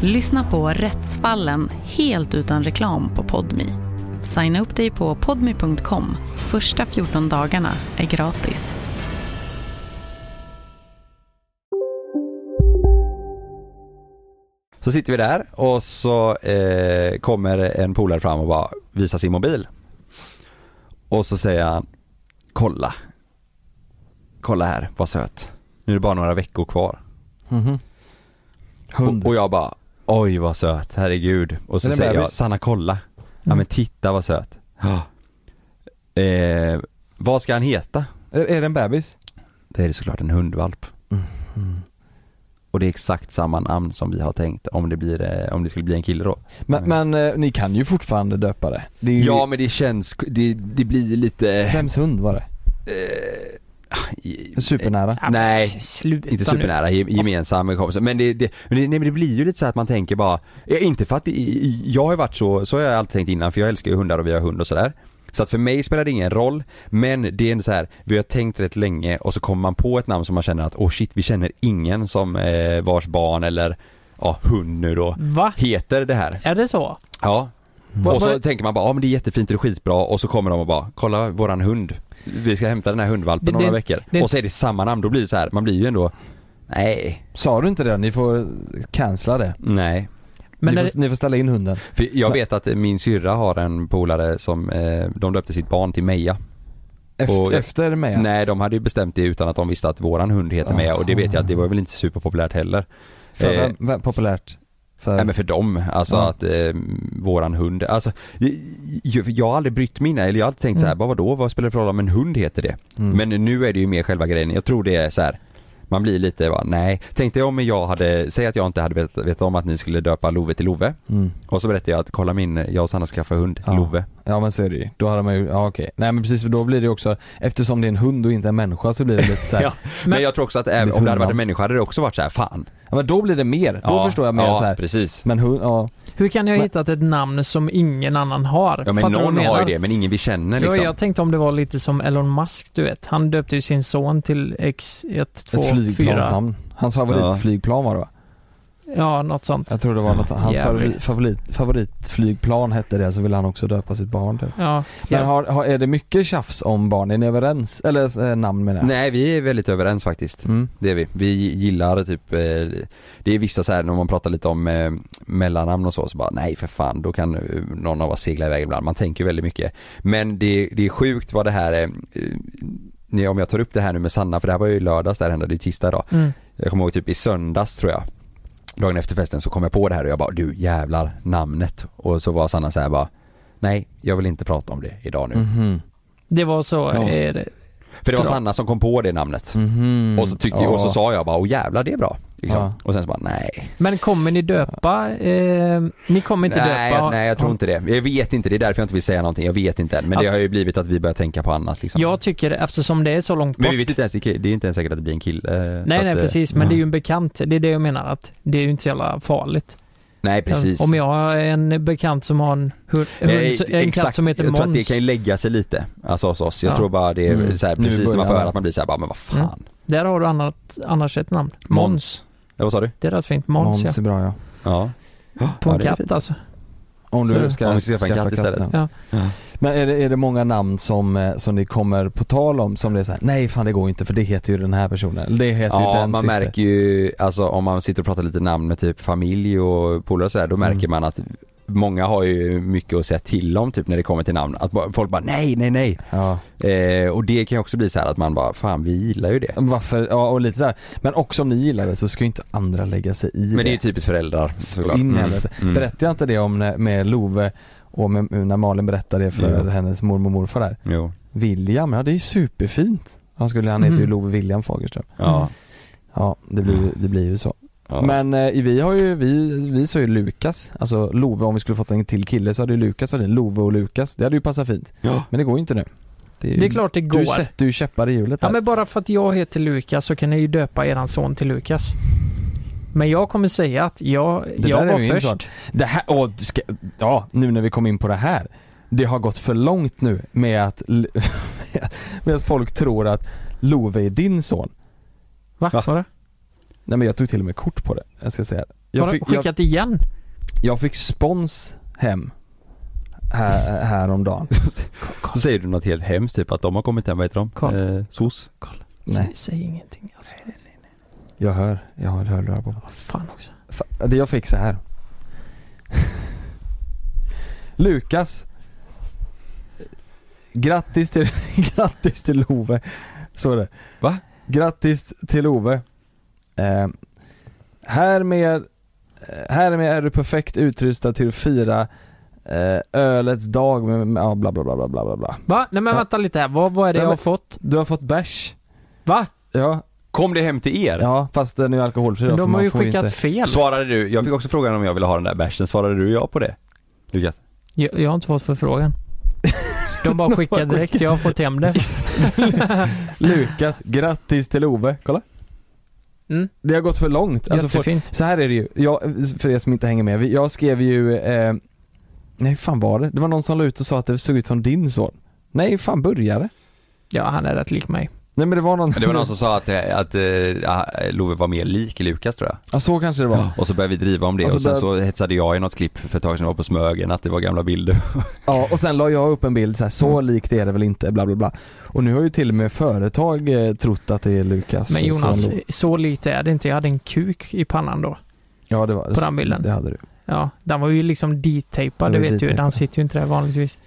Speaker 6: Lyssna på Rättsfallen helt utan reklam på Podmi. Signa upp dig på podmi.com. Första 14 dagarna är gratis.
Speaker 1: Så sitter vi där och så eh, kommer en polare fram och bara visar sin mobil. Och så säger han Kolla Kolla här, vad söt Nu är det bara några veckor kvar
Speaker 2: Mhm.
Speaker 1: och, och jag bara Oj vad söt, herregud Och så
Speaker 2: Den är
Speaker 1: säger jag
Speaker 2: bebis.
Speaker 1: Sanna kolla Ja
Speaker 2: Mm.
Speaker 1: men titta vad söt Ja. eh, Vad ska han heta?
Speaker 2: Är, är det en bebis?
Speaker 1: Det är såklart en hundvalp
Speaker 2: Mm-hmm.
Speaker 1: Och det är exakt samma namn som vi har tänkt om det blir, eh, om det skulle bli en kille då
Speaker 2: Men, men eh, ni kan ju fortfarande döpa det. det är ju,
Speaker 1: Ja men det känns, det, det blir lite
Speaker 2: Vems hund var det? Supernära?
Speaker 1: Nej, inte
Speaker 2: nu.
Speaker 1: supernära, ge- gemensam med kompisar. Men det, det, men det, nej, men det blir ju lite så att man tänker bara, ja, inte för att det, jag har ju varit så, så har jag alltid tänkt innan för jag älskar ju hundar och vi har hund och sådär. Så att för mig spelar det ingen roll, men det är ändå så här, vi har tänkt rätt länge och så kommer man på ett namn som man känner att åh oh shit, vi känner ingen som eh, vars barn eller ja, hund nu då
Speaker 3: Va?
Speaker 1: heter det här.
Speaker 3: Är det så?
Speaker 1: Ja.
Speaker 2: Mm.
Speaker 3: Vad-
Speaker 1: Och så
Speaker 3: vad-
Speaker 1: tänker man bara, ja men det är jättefint, det är skitbra och så kommer de och bara, kolla våran hund. Vi ska hämta den här hundvalpen
Speaker 2: Det-
Speaker 1: om några
Speaker 2: det-
Speaker 1: veckor.
Speaker 2: det-
Speaker 1: och så är det samma namn, då blir det så här, man blir ju ändå, nej.
Speaker 2: Sa du inte det? Ni får cancella det.
Speaker 1: Nej.
Speaker 2: Men ni, får, ni får ställa in hunden.
Speaker 1: För jag vet att min syrra har en polare som, eh, de döpte sitt barn till Meja.
Speaker 2: Efter- efter Meja?
Speaker 1: Nej, de hade ju bestämt det utan att de visste att våran hund heter Meja och det vet jag att det var väl inte superpopulärt heller.
Speaker 2: Ah. För
Speaker 1: Eh,
Speaker 2: vem, vem, populärt? För...
Speaker 1: Nej men för dem, alltså
Speaker 2: Ja.
Speaker 1: att eh, våran hund, alltså jag, jag har aldrig brytt mig innan, eller jag har alltid tänkt så här,
Speaker 2: Mm.
Speaker 1: bara vadå, vad spelar det för roll om en hund heter det?
Speaker 2: Mm.
Speaker 1: Men nu är det ju mer själva grejen, jag tror det är så här. Man blir lite bara, nej. Tänkte jag om jag hade, säg att jag inte hade vetat, vetat om att ni skulle döpa Love till Love.
Speaker 2: Mm.
Speaker 1: Och så berättade jag att kolla min, jag och Sanna skaffade hund,
Speaker 2: Ja.
Speaker 1: Love.
Speaker 2: Ja men så är det ju. Då hade man ju, ja okej. Nej men precis för då blir det ju också, eftersom det är en hund och inte en människa så blir det lite såhär
Speaker 1: Ja. Men, jag tror också att även om det hade varit en människa hade det också varit så här, fan.
Speaker 2: Ja men då blir det mer, då
Speaker 1: Ja,
Speaker 2: förstår jag mer
Speaker 1: ja,
Speaker 2: så här.
Speaker 1: precis.
Speaker 2: Men hund, ja.
Speaker 3: Hur kan jag ha hittat ett namn som ingen annan har?
Speaker 1: Ja men
Speaker 3: Fattar du vad jag
Speaker 1: någon har ju
Speaker 3: menar?
Speaker 1: det, men ingen vi känner liksom.
Speaker 3: Ja, jag tänkte om det var lite som Elon Musk, du vet. Han döpte ju sin son till
Speaker 2: Ett
Speaker 3: X124.
Speaker 2: flygplansnamn. Hans favoritflygplan var det va?
Speaker 3: Ja, något sånt.
Speaker 2: Jag tror det var något, hans
Speaker 3: Jävligt.
Speaker 2: favori- favorit, favoritflygplan hette det, så ville han också döpa sitt barn till.
Speaker 3: Ja,
Speaker 2: Men har, har, är det mycket tjafs om barn? Är ni överens? Eller eh, namn menar jag. Mm.
Speaker 1: Nej vi är väldigt överens faktiskt. Det är vi. Vi gillar typ, eh, det är vissa så här när man pratar lite om eh, mellannamn och så, så bara nej för fan, då kan eh, någon av oss segla iväg ibland. Man tänker ju väldigt mycket. Men det, det är sjukt vad det här är, eh, när- om jag tar upp det här nu med Sanna, för det här var ju i lördags, det här hände, det är ju tisdag idag.
Speaker 3: Mm.
Speaker 1: Jag kommer ihåg typ i söndags tror jag Dagen efter festen så kom jag på det här och jag bara du jävlar namnet och så var Sanna så här bara Nej jag vill inte prata om det idag nu
Speaker 3: Det var så.
Speaker 1: Ja.
Speaker 3: Är det.
Speaker 1: För det var
Speaker 3: Bra. Mhm.
Speaker 1: Sanna som kom på det namnet och, så tyckte, och så
Speaker 3: Ja.
Speaker 1: sa jag bara åh jävlar det är bra liksom.
Speaker 3: Ja.
Speaker 1: Och sen så bara nej
Speaker 3: Men kommer ni döpa? Eh, ni kommer inte
Speaker 1: nej,
Speaker 3: döpa?
Speaker 1: jag, nej jag tror inte det. Jag vet inte, det är därför jag inte vill säga någonting. Jag vet inte än. Men
Speaker 3: Alltså-
Speaker 1: det har ju blivit att vi börjar tänka på annat liksom.
Speaker 3: Jag tycker, eftersom det är så långt bort.
Speaker 1: Men vi vet inte ens, det är inte ens säkert att det blir en kille. eh, så
Speaker 3: nej, nej,
Speaker 1: att, eh,
Speaker 3: precis. Men det är ju en bekant. Det är det jag menar, att det är ju inte så jävla farligt.
Speaker 1: Nej precis.
Speaker 3: Om jag har en bekant som har en, hund,
Speaker 1: Nej,
Speaker 3: en katt som heter
Speaker 1: jag tror att det
Speaker 3: Måns.
Speaker 1: kan ju lägga sig lite, alltså hos oss. Jag
Speaker 3: Ja.
Speaker 1: tror bara det är
Speaker 3: Mm.
Speaker 1: så här,
Speaker 3: Nu
Speaker 1: precis när man
Speaker 3: börjar
Speaker 1: får höra
Speaker 3: det.
Speaker 1: att man blir så här, bara, men vad fan.
Speaker 3: Mm. Där har du annat, annars ett namn.
Speaker 1: Måns. Ja, vad sa du?
Speaker 3: Det är rätt fint. Måns,
Speaker 2: Måns är
Speaker 3: ja.
Speaker 2: bra ja.
Speaker 1: Ja.
Speaker 3: På
Speaker 2: Ja,
Speaker 3: en
Speaker 2: det är
Speaker 3: katt
Speaker 2: fint.
Speaker 3: alltså.
Speaker 2: Om
Speaker 3: Så är
Speaker 2: du
Speaker 3: det.
Speaker 2: ska
Speaker 1: Om vi ska skaffa en
Speaker 2: skaffa
Speaker 1: katt istället.
Speaker 2: katten. Men är det, är det många namn som, eh, som ni kommer på tal om som det är såhär, nej fan det går inte för det heter ju den här personen, eller det heter ju
Speaker 1: Ja,
Speaker 2: den
Speaker 1: man
Speaker 2: syster.
Speaker 1: märker ju, alltså om man sitter och pratar lite namn med typ familj och polare och sådär, då märker
Speaker 2: Mm.
Speaker 1: man att många har ju mycket att säga till om typ när det kommer till namn. Att bara- folk bara nej, nej, nej. Eh, och det kan ju också bli så här att man bara, fan vi gillar ju det.
Speaker 2: Varför, ja och lite såhär, men också om ni gillar det så ska ju inte andra lägga sig i
Speaker 1: Men det är
Speaker 2: det
Speaker 1: ju typiskt föräldrar såklart.
Speaker 2: In i
Speaker 1: Mm.
Speaker 2: helvete.
Speaker 1: Mm.
Speaker 2: Berättade jag inte det om när- med Love och med, när Malin berättade det för
Speaker 1: Jo.
Speaker 2: hennes mormor och morfar där?
Speaker 1: Jo.
Speaker 2: William, ja det är ju superfint. Han, skulle, han heter ju
Speaker 1: Mm.
Speaker 2: Love William Fagerström.
Speaker 1: Ja.
Speaker 2: Ja, det blir, ju- det blir ju så. Mm. Men eh, vi har ju, vi, vi sa ju Lukas, alltså Love, om vi skulle fått en till kille så hade ju Lukas varit det. Love och Lukas, det hade ju passat fint.
Speaker 1: Ja.
Speaker 2: Men det går ju inte nu. ju-
Speaker 3: Det är klart det går.
Speaker 2: Du sätter ju käppar i hjulet
Speaker 3: Ja,
Speaker 2: där.
Speaker 3: men bara för att jag heter Lukas så kan ni ju döpa eran son till Lukas. Men jag kommer säga att jag,
Speaker 2: Det
Speaker 3: jag
Speaker 2: där är
Speaker 3: var
Speaker 2: ju
Speaker 3: först.
Speaker 2: intressant. Det här, åh, du ska, ja, nu när vi kom in på det här. Det har gått för långt nu med att, l- med att folk tror att Love är din son.
Speaker 3: Va? Vadå?
Speaker 2: Nej men jag tog till och med kort på det, jag ska säga det.
Speaker 3: Jag
Speaker 2: jag fick,
Speaker 3: skickat
Speaker 2: jag,
Speaker 3: igen?
Speaker 2: jag fick spons hem här, häromdagen.
Speaker 1: Så säger du något helt hemskt typ att de har kommit hem, vad heter de?
Speaker 2: Carl.
Speaker 1: Eh, SOS?
Speaker 2: Nej.
Speaker 3: Säg, säg ingenting alltså.
Speaker 2: Jag hör, jag har hörlurar på.
Speaker 3: Fan också.
Speaker 2: Fa- Det jag fick så här. Lukas Grattis till, grattis till Ove. Så är det.
Speaker 1: Va?
Speaker 2: Grattis till Ove. Eh, härmed, eh, härmed är du perfekt utrustad till att fira eh, ölets dag med, med ja, bla bla bla bla bla bla, bla.
Speaker 3: Va? Nej men vänta lite här, vad, vad är det
Speaker 2: Nej,
Speaker 3: jag
Speaker 2: men-
Speaker 3: har fått?
Speaker 2: Du har fått bärs.
Speaker 3: Va?
Speaker 2: Ja.
Speaker 1: Kom det hem till er?
Speaker 2: Ja, fast den är ju alkoholfri då,
Speaker 3: Men de
Speaker 2: för
Speaker 3: har
Speaker 2: man
Speaker 3: ju
Speaker 2: får
Speaker 3: skickat
Speaker 2: inte...
Speaker 3: fel.
Speaker 1: Svarade du, jag fick också frågan om jag ville ha den där bärsen, svarade du ja på det? Lukas?
Speaker 3: Jag, jag har inte fått förfrågan. De bara skickar direkt, jag har fått hem det.
Speaker 2: Lukas, grattis till Ove. Kolla.
Speaker 3: Mm.
Speaker 2: Det har gått för långt.
Speaker 3: Jättefint.
Speaker 2: Alltså, för, så här är det ju, jag, för er som inte hänger med. Vi- Jag skrev ju, eh, nej hur fan var det? Det var någon som la ut och sa att det såg ut som din son. Nej, hur fan började
Speaker 3: Ja, han är rätt lik mig.
Speaker 2: Nej men det var någon
Speaker 1: Det var någon som sa att, eh, att eh, ja, Love var mer lik Lukas tror jag.
Speaker 2: Ja så kanske det var.
Speaker 1: Och så började vi driva om det
Speaker 2: Alltså,
Speaker 1: och sen
Speaker 2: där-
Speaker 1: så hetsade jag i något klipp för ett tag sedan, jag var på Smögen, att det var gamla bilder.
Speaker 2: Ja och sen la jag upp en bild så här, så
Speaker 1: Mm.
Speaker 2: likt är det väl inte, bla bla bla. Och nu har ju till och med företag eh, trott att det är Lukas
Speaker 3: Men Jonas,
Speaker 2: son.
Speaker 3: så lite är det inte. Jag hade en kuk i pannan då.
Speaker 2: Ja det var
Speaker 3: på den bilden.
Speaker 2: Det hade du.
Speaker 3: Ja, den var ju liksom
Speaker 2: Den
Speaker 3: detejpad, det
Speaker 2: var
Speaker 3: vet du ju. Den
Speaker 2: detejpad.
Speaker 3: sitter ju inte där vanligtvis.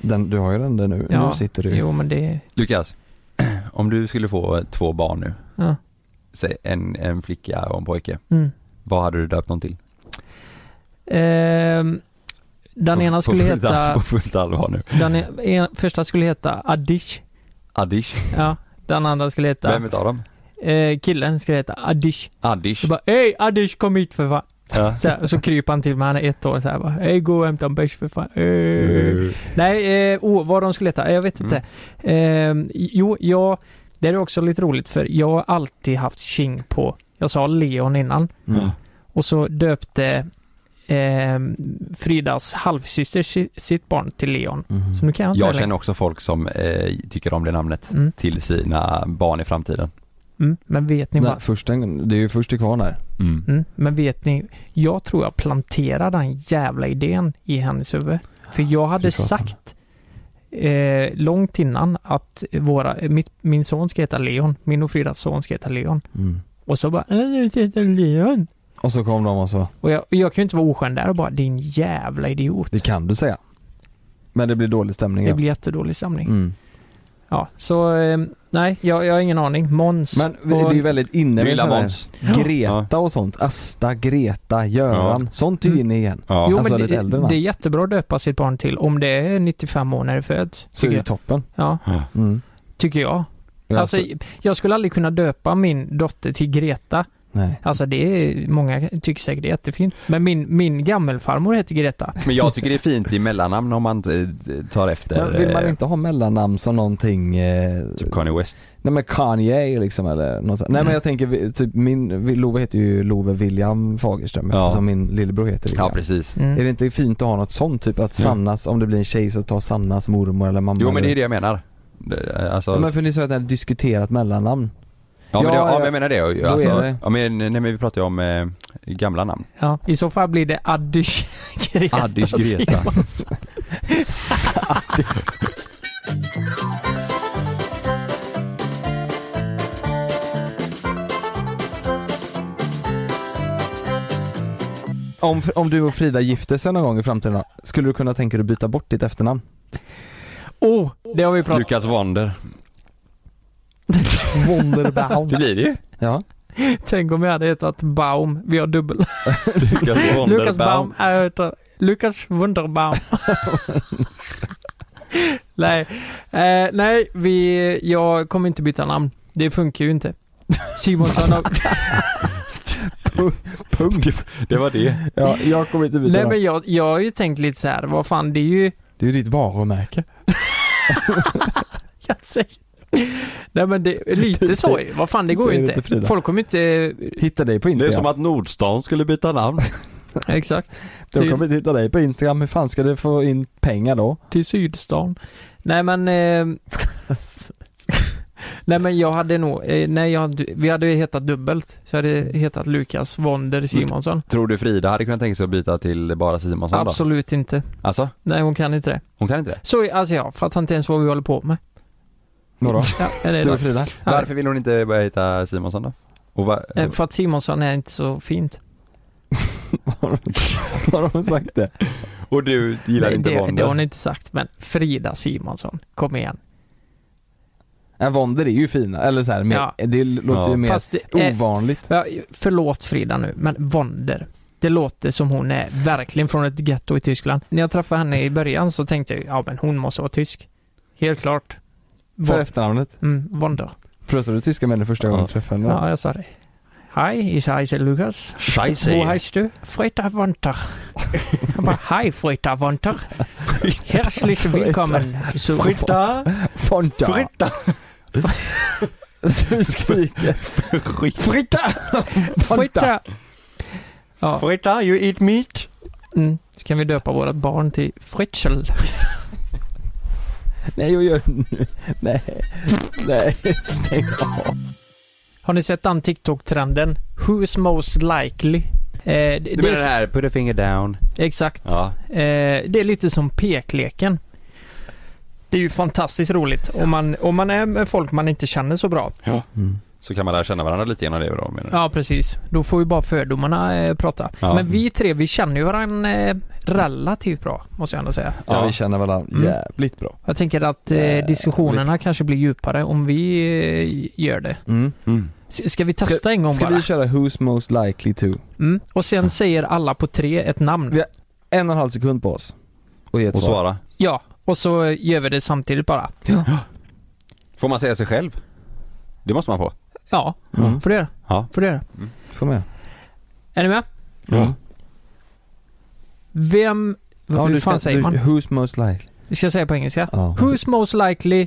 Speaker 2: Den, du har ju den där nu,
Speaker 3: Ja,
Speaker 2: nu sitter du
Speaker 3: Jo, men det...
Speaker 1: Lukas, om du skulle få eh, två barn nu,
Speaker 3: Ja.
Speaker 1: säg en, en flicka och en pojke,
Speaker 3: Mm.
Speaker 1: vad hade du döpt dem till?
Speaker 3: Ehm, den
Speaker 1: På-
Speaker 3: ena
Speaker 1: på
Speaker 3: skulle
Speaker 1: fullt all-
Speaker 3: heta...
Speaker 1: På fullt allvar nu.
Speaker 3: Den en, en, första skulle heta Adish.
Speaker 1: Adish,
Speaker 3: Ja, den andra skulle heta...
Speaker 1: vem utav dem?
Speaker 3: Eh, killen skulle heta Adish.
Speaker 1: Adish.
Speaker 3: Så bara Hej Adish kom hit för fan.
Speaker 1: Ja.
Speaker 3: Så, här, så kryper han till mig, han är ett år så här bara Hej gå och hämta en bärs för fan. Eh.
Speaker 2: Mm.
Speaker 3: Nej, eh, oh, vad de skulle heta, jag vet inte. Eh, jo, jag, det är också lite roligt för jag har alltid haft tjing på, jag sa Leon innan.
Speaker 2: Mm.
Speaker 3: Och så döpte eh, Fridas halvsyster si- sitt barn till Leon.
Speaker 2: Mm.
Speaker 3: Så nu kan jag inte
Speaker 1: Jag
Speaker 3: det längre.
Speaker 1: känner också folk som eh, tycker om det namnet
Speaker 3: Mm.
Speaker 1: till sina barn i framtiden.
Speaker 3: mm, Men vet ni
Speaker 2: Nej,
Speaker 3: vad?
Speaker 2: först en, det är ju först till kvarn här.
Speaker 3: Mm, men vet ni, jag tror jag planterade den jävla idén i hennes huvud. För jag hade
Speaker 2: Fy fan.
Speaker 3: sagt eh, långt innan att våra, mitt, min son ska heta Leon, min och Fridas son ska heta Leon.
Speaker 2: Mm.
Speaker 3: Och så bara "Äh, jag ska heta Leon.
Speaker 2: Och så kom de och så,
Speaker 3: Och jag, och jag kan ju inte vara oskön där och bara din jävla idiot.
Speaker 2: det kan du säga. Men det blir dålig stämning
Speaker 3: Det
Speaker 2: ja.
Speaker 3: blir jättedålig samling.
Speaker 2: Mm.
Speaker 3: Ja, så eh, nej, jag, jag har ingen aning. Måns.
Speaker 2: Men vi- det är
Speaker 3: och-
Speaker 2: ju väldigt inne med
Speaker 1: Lilla
Speaker 2: sådana här-
Speaker 1: Måns.
Speaker 2: Greta och sånt. Asta, Greta, Göran.
Speaker 1: Ja.
Speaker 2: Sånt är ju inne igen.
Speaker 1: Ja.
Speaker 3: Jo,
Speaker 2: alltså
Speaker 3: men
Speaker 2: lite
Speaker 3: det,
Speaker 2: äldre va?
Speaker 3: det är jättebra att döpa sitt barn till om det är 95 år när det föds.
Speaker 2: Så är
Speaker 3: tycker
Speaker 2: det ju
Speaker 3: jag.
Speaker 2: toppen.
Speaker 3: Ja,
Speaker 2: Mm.
Speaker 3: tycker jag.
Speaker 2: Ja,
Speaker 3: Alltså,
Speaker 2: alltså-
Speaker 3: jag skulle aldrig kunna döpa min dotter till Greta.
Speaker 2: Nej.
Speaker 3: Alltså det är, många tycker säkert det är jättefint. Men min, min gammelfarmor heter Greta.
Speaker 1: Men jag tycker det är fint i mellannamn om man eh, tar efter
Speaker 2: Men vill man
Speaker 1: eh,
Speaker 2: inte ha mellannamn som någonting, eh,
Speaker 1: typ Kanye West.
Speaker 2: nej men Kanye liksom eller något sånt. Nej
Speaker 1: Mm.
Speaker 2: men jag tänker vi- typ min, vi- Love heter ju Love William Fagerström
Speaker 1: Ja.
Speaker 2: eftersom min lillebror heter William.
Speaker 1: Ja, precis.
Speaker 3: Mm.
Speaker 2: Är det inte fint att ha något sånt typ att
Speaker 1: Ja.
Speaker 2: Sannas, om det blir en tjej så tar Sannas mormor eller mamma
Speaker 1: Jo, men det är
Speaker 2: eller-
Speaker 1: det jag menar. Det- Alltså,
Speaker 2: Ja, men för ni sa att ni hade diskuterat mellannamn.
Speaker 1: Ja men, det,
Speaker 2: Ja,
Speaker 1: ja,
Speaker 2: ja.
Speaker 1: men jag menar det.
Speaker 2: är
Speaker 1: Alltså,
Speaker 2: det.
Speaker 1: Ja, men, nej, men vi pratar ju om eh, gamla namn.
Speaker 3: Ja, I så fall blir det Addish Greta.
Speaker 1: Addish Greta.
Speaker 3: Simons.
Speaker 2: Om, om du och Frida gifte sig någon gång i framtiden då, skulle du kunna tänka dig att byta bort ditt efternamn?
Speaker 3: Oh, det har vi pratat
Speaker 1: Lukas Wander.
Speaker 2: Wonderbaum.
Speaker 1: Det blir det ju.
Speaker 2: Ja.
Speaker 3: Tänk om jag hade hetat Baum. Vi har dubbel.
Speaker 1: Lukas
Speaker 3: Lukas Baum. Jag heter Lukas Wunderbaum. nej, eh, nej vi, jag kommer inte byta namn. Det funkar ju inte. Simonsson har...
Speaker 1: Punkt. Det var det.
Speaker 2: ja, jag kommer inte byta
Speaker 3: Nej
Speaker 2: namn.
Speaker 3: men jag, jag har ju tänkt lite så här. vad fan det är ju...
Speaker 2: Det är ju ditt varumärke.
Speaker 3: Jag säger... Nej men det, lite så är Vad fan det går ju
Speaker 2: Säger du till
Speaker 3: inte.
Speaker 2: Frida?
Speaker 3: Folk kommer inte...
Speaker 2: Hitta dig på Instagram.
Speaker 1: att Nordstan skulle byta namn.
Speaker 3: Exakt. Typ.
Speaker 2: De kommer inte hitta dig på Instagram, hur fan ska du få in pengar då?
Speaker 3: till Sydstan. Nej men... Eh, nej men jag hade nog, eh, nej jag, hade- vi hade ju hetat dubbelt. Så jag hade hetat Lukas Wonder Simonsson.
Speaker 1: Tror du Frida hade kunnat tänka sig att byta till bara Simonsson då?
Speaker 3: Absolut inte.
Speaker 1: Alltså,
Speaker 3: Nej hon kan inte det.
Speaker 1: hon kan inte det.
Speaker 3: Så alltså jag fattar inte ens vad vi håller på med.
Speaker 2: Vadå?
Speaker 3: Ja, eller,
Speaker 2: Du och Frida?
Speaker 1: Varför vill hon inte börja heta Simonsson då? Och va-
Speaker 3: Eh, För att Simonsson är inte så fint.
Speaker 2: Har de sagt det?
Speaker 1: Och du gillar
Speaker 3: Nej,
Speaker 1: inte
Speaker 3: det, det har
Speaker 1: Wonder.
Speaker 3: hon inte sagt, men Frida Simonsson, kom igen.
Speaker 2: Ja, Wonder är ju fina, eller så här, mer,
Speaker 3: Ja.
Speaker 2: det låter ju mer
Speaker 3: Fast eh, det är-
Speaker 2: ovanligt.
Speaker 3: Ja, Förlåt Frida nu, men Wonder. Det låter som hon är verkligen från ett ghetto i Tyskland. När jag träffade henne i början så tänkte jag, ja men hon måste vara tysk. Helt klart.
Speaker 2: För
Speaker 3: Von-
Speaker 2: efternamnet.
Speaker 3: Mm, Wonder.
Speaker 2: Pratade du tyska med henne första gången du träffade henne?
Speaker 3: Ja, jag sa det. Hej, ich heiße Lukas.
Speaker 2: Scheiße.
Speaker 3: Wo heißt du? Frida Wonder. Jag bara, Hej Frida Wonder. Herzlich willkommen. zu-
Speaker 2: Fritta Fonta.
Speaker 3: Fritta.
Speaker 2: Du skriker. Fritta!
Speaker 3: Fritta! Ja.
Speaker 1: Fritta, you eat meat?
Speaker 3: Mm. Så kan vi döpa vårt barn till Fritzl.
Speaker 2: Nej, jag gör nu. Nej. Nej, stäng av.
Speaker 3: Har ni sett den TikTok-trenden? Who's most likely? Eh,
Speaker 1: Du
Speaker 3: det,
Speaker 1: menar det här, put a finger down?
Speaker 3: Exakt.
Speaker 1: Ja.
Speaker 3: Eh, det är lite som pekleken. Det är ju fantastiskt roligt om man, om man är med folk man inte känner så bra.
Speaker 1: ja. Så kan man lära känna varandra lite genom det då menar du?
Speaker 3: Ja, precis. Då får ju bara fördomarna eh, prata.
Speaker 1: Ja.
Speaker 3: Men vi tre, vi känner ju varandra eh, relativt bra, måste jag ändå säga.
Speaker 2: Ja, vi känner varandra jävligt bra.
Speaker 3: Jag tänker att eh, diskussionerna kanske blir djupare om vi eh, gör det.
Speaker 2: Mm.
Speaker 3: S- Ska vi testa en gång
Speaker 2: Ska
Speaker 3: bara?
Speaker 2: vi köra Who's Most Likely To?
Speaker 3: Mm. Och sen säger alla på tre ett namn.
Speaker 2: Vi har en och en halv sekund på oss. Och ge ett
Speaker 1: Och
Speaker 2: svar.
Speaker 1: svara.
Speaker 3: Ja, och så gör vi det samtidigt bara.
Speaker 1: Får man säga sig själv? Det måste man få.
Speaker 3: Ja,
Speaker 2: Mm.
Speaker 3: får du göra.
Speaker 1: Ja.
Speaker 3: Får du göra.
Speaker 2: Får med.
Speaker 3: Är ni med?
Speaker 2: Ja.
Speaker 3: Vem...
Speaker 2: Ja,
Speaker 3: hur
Speaker 2: du
Speaker 3: fan
Speaker 2: ska,
Speaker 3: säger
Speaker 2: du,
Speaker 3: man?
Speaker 2: Who's Most Likely?
Speaker 3: Vi ska säga på engelska.
Speaker 2: Ja.
Speaker 3: Who's most likely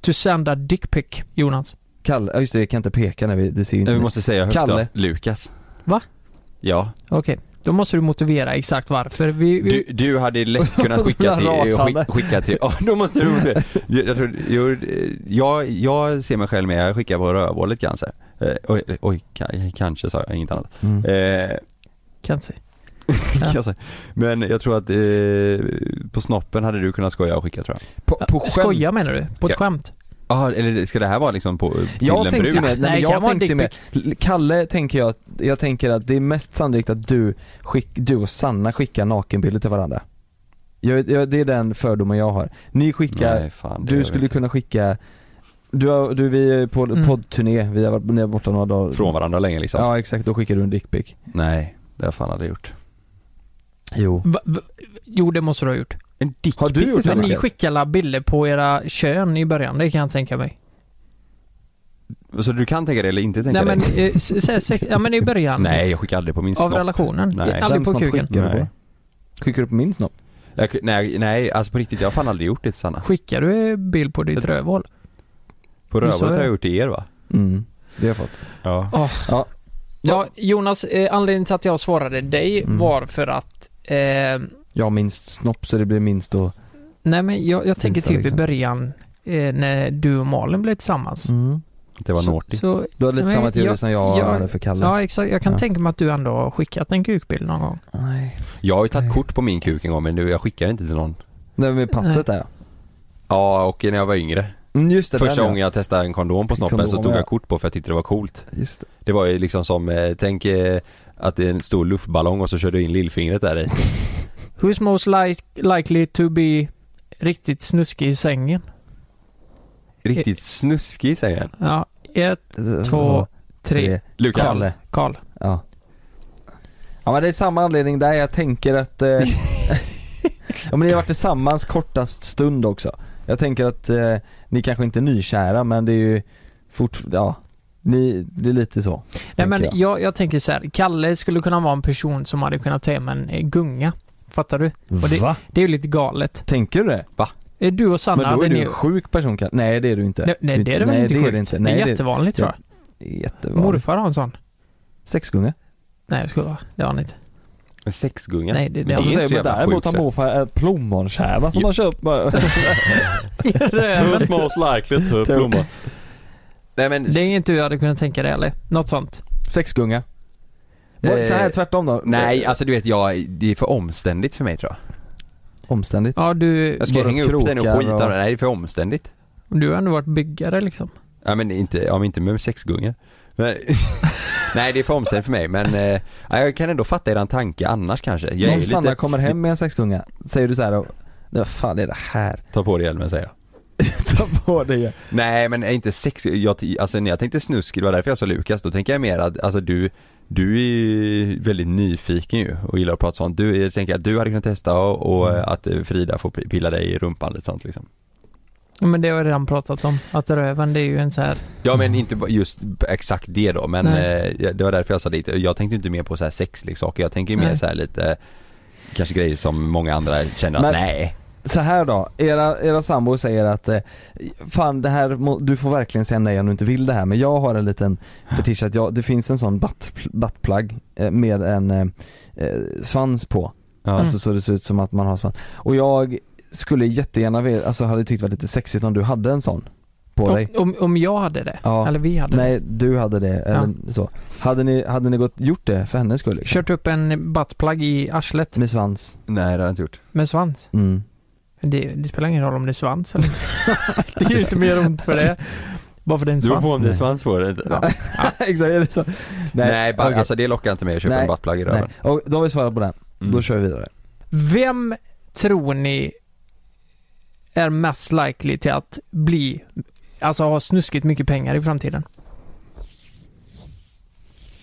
Speaker 3: to send a dick pic, Jonas?
Speaker 2: Kalle, ja just det, jag kan inte peka när vi, det ser ju inte
Speaker 1: Vi
Speaker 2: ni.
Speaker 1: måste säga högt
Speaker 2: Kalle.
Speaker 1: då. Lukas.
Speaker 3: Va?
Speaker 1: Ja.
Speaker 3: Okej, då måste du motivera exakt varför. Vi, vi,
Speaker 1: Du, du hade lätt kunnat skicka till,
Speaker 2: Rasande.
Speaker 1: skick- skicka till, ja då måste du det. Jag, jag, tror, jag, jag, jag ser mig själv med, jag skickar på rövhålet kanske. Eh, oj, oj, ka- kanske sa jag, inget annat.
Speaker 2: Mm.
Speaker 1: Eh,
Speaker 3: kan se.
Speaker 1: kan jag säga. Men jag tror att eh, på snoppen hade du kunnat skoja och skicka tror jag.
Speaker 2: På, på skämt.
Speaker 3: Skoja menar du? På ett
Speaker 1: Ja.
Speaker 3: skämt?
Speaker 1: Ja, eller ska det här vara liksom på, till
Speaker 2: Jag
Speaker 1: en
Speaker 2: tänkte ju
Speaker 1: brud?
Speaker 2: med, nej, men
Speaker 3: Nej, kan
Speaker 2: jag
Speaker 3: vara en
Speaker 2: tänkte ju med, Kalle tänker jag, jag tänker att det är mest sannolikt att du, skick, du och Sanna skickar nakenbilder till varandra. Jag, jag, det är den fördomen jag har. Ni skickar,
Speaker 1: Nej, fan, det gör
Speaker 2: du
Speaker 1: vi
Speaker 2: skulle
Speaker 1: inte.
Speaker 2: kunna skicka, du, har, du vi är på
Speaker 3: Mm.
Speaker 2: poddturné, vi har varit ni har varit borta några dagar.
Speaker 1: Från varandra länge liksom?
Speaker 2: Ja exakt, då skickar du en dickpic.
Speaker 1: Nej, det har jag fan aldrig gjort.
Speaker 2: Jo.
Speaker 3: Va, va, jo, det måste du ha gjort.
Speaker 1: En dick
Speaker 2: Har du gjort det
Speaker 3: Men ni
Speaker 2: Lukas?
Speaker 3: skickar alla bilder på era kön i början, det kan jag tänka mig.
Speaker 1: Så du kan tänka det eller inte tänka
Speaker 3: Nej men,
Speaker 1: det?
Speaker 3: eh, s- s- sex, ja men i början.
Speaker 1: Nej, jag skickar aldrig på min
Speaker 3: Av
Speaker 1: snopp.
Speaker 3: relationen.
Speaker 1: Nej.
Speaker 3: Aldrig
Speaker 2: Vem
Speaker 3: på
Speaker 2: snopp
Speaker 3: kuken.
Speaker 2: skickar du
Speaker 1: Nej.
Speaker 2: på? Skickar du på min snopp?
Speaker 1: Jag, nej, nej, alltså på riktigt, jag har fan aldrig gjort det till Sanna.
Speaker 3: Skickar du bild på ditt rövhål?
Speaker 1: På
Speaker 3: Du sa
Speaker 1: rövhålet har
Speaker 3: det.
Speaker 1: jag gjort det i er va?
Speaker 2: Mm, det har jag fått.
Speaker 1: Ja.
Speaker 2: Ja,
Speaker 3: Ja, Mm. Jonas, eh, anledningen till att jag svarade dig var för att eh,
Speaker 2: jag har minst snopp så det blir minst då.
Speaker 3: Nej men jag, jag tänker
Speaker 2: så
Speaker 3: typ i
Speaker 2: liksom.
Speaker 3: början eh, när du och Malin blev tillsammans.
Speaker 1: Det var
Speaker 3: Så-
Speaker 1: naughty.
Speaker 3: Så,
Speaker 2: Du har lite
Speaker 3: Mm. Nej,
Speaker 2: samma teori
Speaker 3: jag-
Speaker 2: som jag,
Speaker 3: jag-
Speaker 2: hade för Kalle.
Speaker 3: ja exakt, jag kan
Speaker 2: Ja.
Speaker 3: tänka mig att du ändå har skickat en kukbild någon gång.
Speaker 2: Nej.
Speaker 1: Jag har ju tagit kort på min kuk en gång men nu, jag skickar inte till någon.
Speaker 2: Nej men passet där ja.
Speaker 1: Ja, och när jag var yngre.
Speaker 2: Mm, just det, den,
Speaker 1: Första
Speaker 2: ja.
Speaker 1: gången jag testade en kondom på snoppen så
Speaker 2: Kondom,
Speaker 1: tog
Speaker 2: ja.
Speaker 1: jag kort på för jag tyckte det var coolt.
Speaker 2: Just det.
Speaker 1: Det var ju liksom som, eh, tänk eh, att det är en stor luftballong och så körde du in lillfingret där i.
Speaker 3: Who's most like, likely to be riktigt snuskig i sängen?
Speaker 1: Riktigt snuskig säger han.
Speaker 3: Ja, ett, två,
Speaker 2: Ja,
Speaker 3: tre.
Speaker 1: Lukas.
Speaker 2: Kalle.
Speaker 3: Karl.
Speaker 2: Ja. Ja men det är samma anledning där jag tänker att... Eh, ja men ni har varit tillsammans kortast stund också. Jag tänker att eh, ni kanske inte är nykära men det är ju fort, ja. Ni, det är lite så.
Speaker 3: Nej men
Speaker 2: tänker jag.
Speaker 3: jag, jag tänker så här, Kalle skulle kunna vara en person som hade kunnat ta hem en eh, gunga. Fattar du? Och det,
Speaker 2: Va?
Speaker 3: det är ju lite galet.
Speaker 2: Tänker du det?
Speaker 3: Eh, Du och Sanna
Speaker 2: men då
Speaker 3: hade
Speaker 2: är
Speaker 3: ni
Speaker 2: du en sjuk person Kalle. Nej det är du inte.
Speaker 3: Nej, nej det är det väl inte
Speaker 2: det
Speaker 3: sjukt?
Speaker 2: Är det inte.
Speaker 3: det
Speaker 2: Nej,
Speaker 3: är jättevanligt tror jag.
Speaker 2: det är jättevanligt.
Speaker 3: Morfar har en sån.
Speaker 2: Sexgunga.
Speaker 3: Nej det skulle vara. Det har han inte.
Speaker 1: En sexgunga.
Speaker 3: Nej, det- det är
Speaker 1: är
Speaker 3: alltså
Speaker 2: Och så
Speaker 1: inte så
Speaker 2: säger man
Speaker 1: jävla
Speaker 2: däremot
Speaker 1: sjukt.
Speaker 2: har
Speaker 1: det.
Speaker 2: morfar en plommonskärva som
Speaker 1: Ja.
Speaker 2: han köpt bara.
Speaker 1: Who's most likely to plomma? Nej men,
Speaker 3: det är inget du hade kunnat tänka dig eller? Något sånt.
Speaker 2: Sexgunga. Vad- Så här
Speaker 1: Eh,
Speaker 2: tvärtom då?
Speaker 1: nej alltså du vet jag, det är för omständigt för mig tror jag.
Speaker 2: Omständigt.
Speaker 3: Ja du,
Speaker 1: Jag ska
Speaker 2: Bara
Speaker 1: hänga upp den och
Speaker 2: krokar
Speaker 1: skita
Speaker 2: och-
Speaker 1: och... nej det är för omständigt.
Speaker 3: du har ändå varit byggare liksom.
Speaker 1: Ja men inte, ja men inte med sexgunga. Men, Nej det är för omständigt för mig men eh, ja, jag kan ändå fatta eran tanke annars kanske. Jag är
Speaker 2: Om Sanna
Speaker 1: lite-
Speaker 2: kommer hem med en sexgunga, säger du så här, vad fan är det här?
Speaker 1: Ta på dig hjälmen säger jag.
Speaker 2: Ta på dig hjälmen.
Speaker 1: Nej men är inte sex, jag, alltså när jag tänkte snusk, det var därför jag sa Lukas, då tänker jag mer att alltså du du är ju väldigt nyfiken ju och gillar att prata sånt. Du, jag tänker att du hade kunnat testa och, och
Speaker 2: Mm.
Speaker 1: eh, att eh, Frida får p- pilla dig i rumpan lite sånt liksom.
Speaker 3: Ja, men det har jag redan pratat om. Att röven, det är ju en så här...
Speaker 1: Ja men inte bara just exakt det då men
Speaker 3: Nej.
Speaker 1: eh, det var därför jag sa lite, jag tänkte inte mer på så här sexleksaker, jag tänker ju mer
Speaker 2: Nej.
Speaker 1: så här lite eh, Kanske grejer som många andra känner att
Speaker 2: Men-
Speaker 1: nej
Speaker 2: Så här då, era, era sambo säger att eh, Fan det här, må- du får verkligen säga nej om du inte vill det här men jag har en liten fetisch att jag, det finns en sån butt- buttplug eh, med en eh, eh, svans på Alltså så det ser ut som att man har svans Och jag skulle jättegärna vilja, alltså hade tyckt det var lite sexigt om du hade en sån på dig
Speaker 3: Om, om, om jag hade det?
Speaker 2: Ja.
Speaker 3: Eller vi hade
Speaker 2: Nej, du hade det, eller så. Hade ni, hade ni gått, gjort det för hennes skull?
Speaker 3: det?
Speaker 2: Liksom?
Speaker 3: Kört upp en buttplug i arslet
Speaker 2: Med svans?
Speaker 1: Nej det har jag inte gjort
Speaker 3: med svans?
Speaker 2: Mm.
Speaker 3: Det, det spelar ingen roll om det är svans eller inte. Det är ju inte mer ont för det. Bara för det är en
Speaker 1: Du var
Speaker 3: svans.
Speaker 1: på om det är svans på det ja.
Speaker 2: Exakt, är det så? Nej,
Speaker 1: Nej bara,
Speaker 2: okej.
Speaker 1: alltså Mm. det lockar inte mig att köpa
Speaker 2: Nej,
Speaker 1: en buttplug i
Speaker 2: Nej.
Speaker 1: röven
Speaker 2: Och då har vi svarat på den. Då kör vi vidare.
Speaker 3: Vem tror ni är mest likely till att bli, alltså ha snuskigt mycket pengar i framtiden?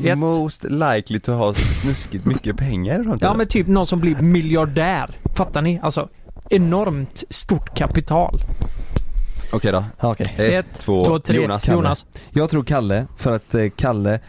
Speaker 3: Ett.
Speaker 1: Most likely to ha snuskigt mycket pengar i framtiden.
Speaker 3: Ja men typ någon som blir miljardär. Fattar ni? Alltså enormt stort kapital.
Speaker 1: Okej då,
Speaker 2: Okej.
Speaker 1: ett, två, Jonas
Speaker 2: Jag tror Kalle, för att eh, Kalle eh,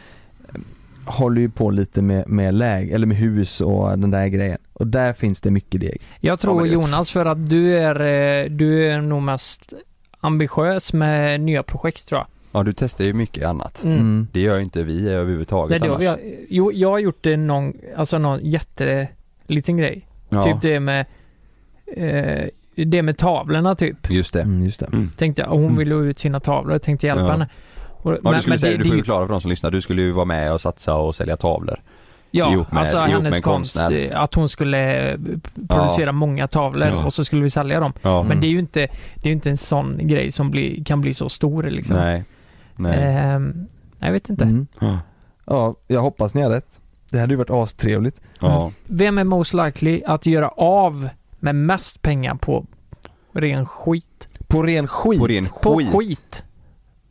Speaker 2: håller ju på lite med, med läge, eller med hus och den där grejen. Och där finns det mycket deg.
Speaker 3: Jag tror Jonas för att du är, eh, du är nog mest ambitiös med nya projekt tror jag.
Speaker 1: Ja du testar ju mycket annat
Speaker 3: Mm.
Speaker 1: Det gör ju inte vi överhuvudtaget
Speaker 3: Nej, det har
Speaker 1: annars.
Speaker 3: jag, jo, jag har gjort det någon, alltså någon jätteliten grej.
Speaker 1: Ja.
Speaker 3: Typ det med, eh, det med tavlorna typ.
Speaker 1: Just det
Speaker 2: Mm,
Speaker 1: Mm.
Speaker 2: Just det
Speaker 3: Tänkte jag, och hon ville ha ut sina tavlor, jag tänkte hjälpa
Speaker 1: Ja.
Speaker 3: henne. Och,
Speaker 1: Ja du skulle säga,
Speaker 3: det-
Speaker 1: du
Speaker 3: det är
Speaker 1: får
Speaker 3: ju-
Speaker 1: förklara för de som lyssnar, du skulle ju vara med och satsa och sälja tavlor
Speaker 3: Ja,
Speaker 1: ihop med,
Speaker 3: alltså
Speaker 1: ihop med
Speaker 3: hennes
Speaker 1: en
Speaker 3: konst,
Speaker 1: konstnär.
Speaker 3: eh, att hon skulle eh, producera
Speaker 1: Ja.
Speaker 3: många tavlor
Speaker 1: Ja. Mm.
Speaker 3: och så skulle vi sälja dem.
Speaker 1: Ja.
Speaker 3: Men det är ju inte, det är ju inte en sån grej som blir, kan bli så stor liksom.
Speaker 1: Nej, nej
Speaker 3: Ehm, jag vet inte.
Speaker 2: Mm. Ja, jag hoppas ni har rätt. Det hade ju varit astrevligt.
Speaker 1: Ja.
Speaker 3: Vem är most likely att göra av med mest pengar på ren skit?
Speaker 2: På ren skit?
Speaker 1: På ren
Speaker 3: På
Speaker 1: skit.
Speaker 3: skit.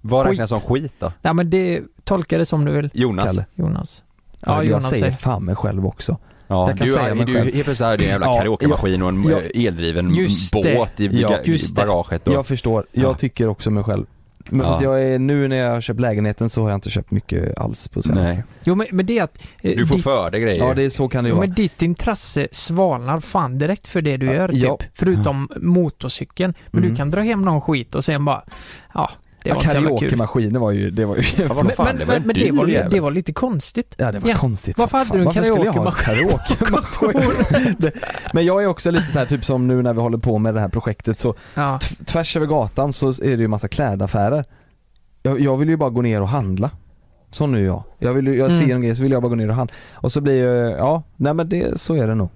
Speaker 1: Vad
Speaker 3: Skit.
Speaker 1: räknas som skit då?
Speaker 3: Ja men det, tolka det som du vill.
Speaker 1: Jonas.
Speaker 2: Kalle.
Speaker 3: Jonas.
Speaker 2: Ja,
Speaker 3: Ja,
Speaker 2: jag
Speaker 3: Jonas
Speaker 2: säger
Speaker 3: säger.
Speaker 2: fan mig själv också.
Speaker 1: Ja,
Speaker 2: jag kan
Speaker 1: du,
Speaker 2: säga mig
Speaker 1: du,
Speaker 2: själv.
Speaker 1: Helt plötsligt är det en jävla
Speaker 2: Ja,
Speaker 1: karaokemaskin och en
Speaker 2: ja.
Speaker 1: eh, eldriven
Speaker 2: Just det.
Speaker 1: båt i,
Speaker 2: Ja,
Speaker 1: ja, i
Speaker 2: just det.
Speaker 1: bagaget och,
Speaker 2: Jag förstår, jag
Speaker 1: Ja.
Speaker 2: tycker också mig själv. Men
Speaker 1: Ja.
Speaker 2: fast jag är, nu när jag har köpt lägenheten så har jag inte köpt mycket alls på senaste.
Speaker 1: Nej.
Speaker 3: Jo men, men det är att... eh,
Speaker 1: Du får
Speaker 3: ditt-
Speaker 1: för dig grejer
Speaker 2: Ja det är så kan det ju
Speaker 3: Jo,
Speaker 2: vara.
Speaker 3: men ditt intresse svalnar fan direkt för det du gör
Speaker 2: ja.
Speaker 3: typ. Förutom motorcykeln. Men
Speaker 2: Mm.
Speaker 3: du kan dra hem någon skit och sen bara, ja, det
Speaker 2: Ja,
Speaker 3: var inte så jävla kul.
Speaker 2: Karaokemaskinen var ju, det var ju
Speaker 1: vad
Speaker 3: Men,
Speaker 1: fan,
Speaker 3: men,
Speaker 1: det var
Speaker 3: men,
Speaker 1: en
Speaker 3: men det,
Speaker 1: dyr
Speaker 3: var, li-
Speaker 1: jävel.
Speaker 3: det var lite konstigt.
Speaker 2: Ja det var
Speaker 3: Ja.
Speaker 2: konstigt
Speaker 3: Varför
Speaker 2: som
Speaker 3: hade
Speaker 2: fan.
Speaker 3: du en
Speaker 2: Varför skulle jag ha en
Speaker 3: karaokemaskin?
Speaker 2: karaokemaskin? Det- Men jag är också lite så här typ som nu när vi håller på med det här projektet så
Speaker 3: Ja.
Speaker 2: t- tvärs över gatan så är det ju massa klädaffärer. Jag, jag vill ju bara gå ner och handla. Så nu är jag. Jag, vill, ju- jag
Speaker 3: Mm.
Speaker 2: ser en grej så vill jag bara gå ner och handla. Och så blir jag, ja, nej men det, så är det nog.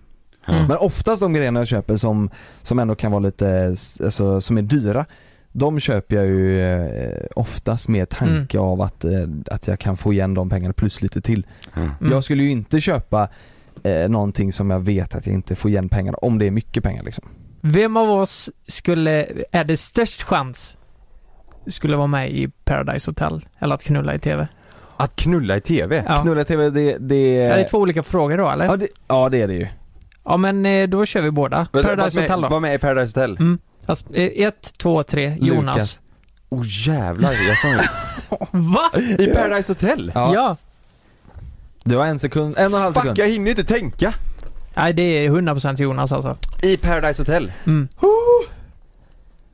Speaker 3: Mm.
Speaker 2: Men oftast de grejerna jag köper som, som ändå kan vara lite, alltså, som är dyra de köper jag ju eh, oftast med tanke av att, eh, att jag kan få igen de pengarna plus lite till.
Speaker 3: Mm.
Speaker 2: Jag skulle ju inte köpa eh, någonting som jag vet att jag inte får igen pengarna om det är mycket pengar liksom.
Speaker 3: Vem av oss skulle, är det störst chans skulle vara med i Paradise Hotel? Eller att knulla i TV?
Speaker 1: Att knulla i TV?
Speaker 3: Ja.
Speaker 2: Knulla TV, det, det...
Speaker 3: Är det två olika frågor då eller?
Speaker 2: Eh. Ja, det, ja det är det ju.
Speaker 3: Ja men eh, då kör vi båda.
Speaker 1: Vänta,
Speaker 3: Paradise
Speaker 1: var med,
Speaker 3: Hotel då.
Speaker 1: Var med i Paradise Hotel?
Speaker 3: Mm. Alltså, eh, ett, två, tre, Jonas.
Speaker 2: Lukas.
Speaker 1: Åh oh, jävlar, jag sa ju-
Speaker 3: Va?
Speaker 1: I Paradise Hotel?
Speaker 2: Ja.
Speaker 3: Ja.
Speaker 2: Det var en sekund, en och en halv
Speaker 1: Fuck
Speaker 2: sekund.
Speaker 1: jag hinner inte tänka!
Speaker 3: Nej det är 100% Jonas alltså.
Speaker 1: I Paradise Hotel?
Speaker 3: Mm.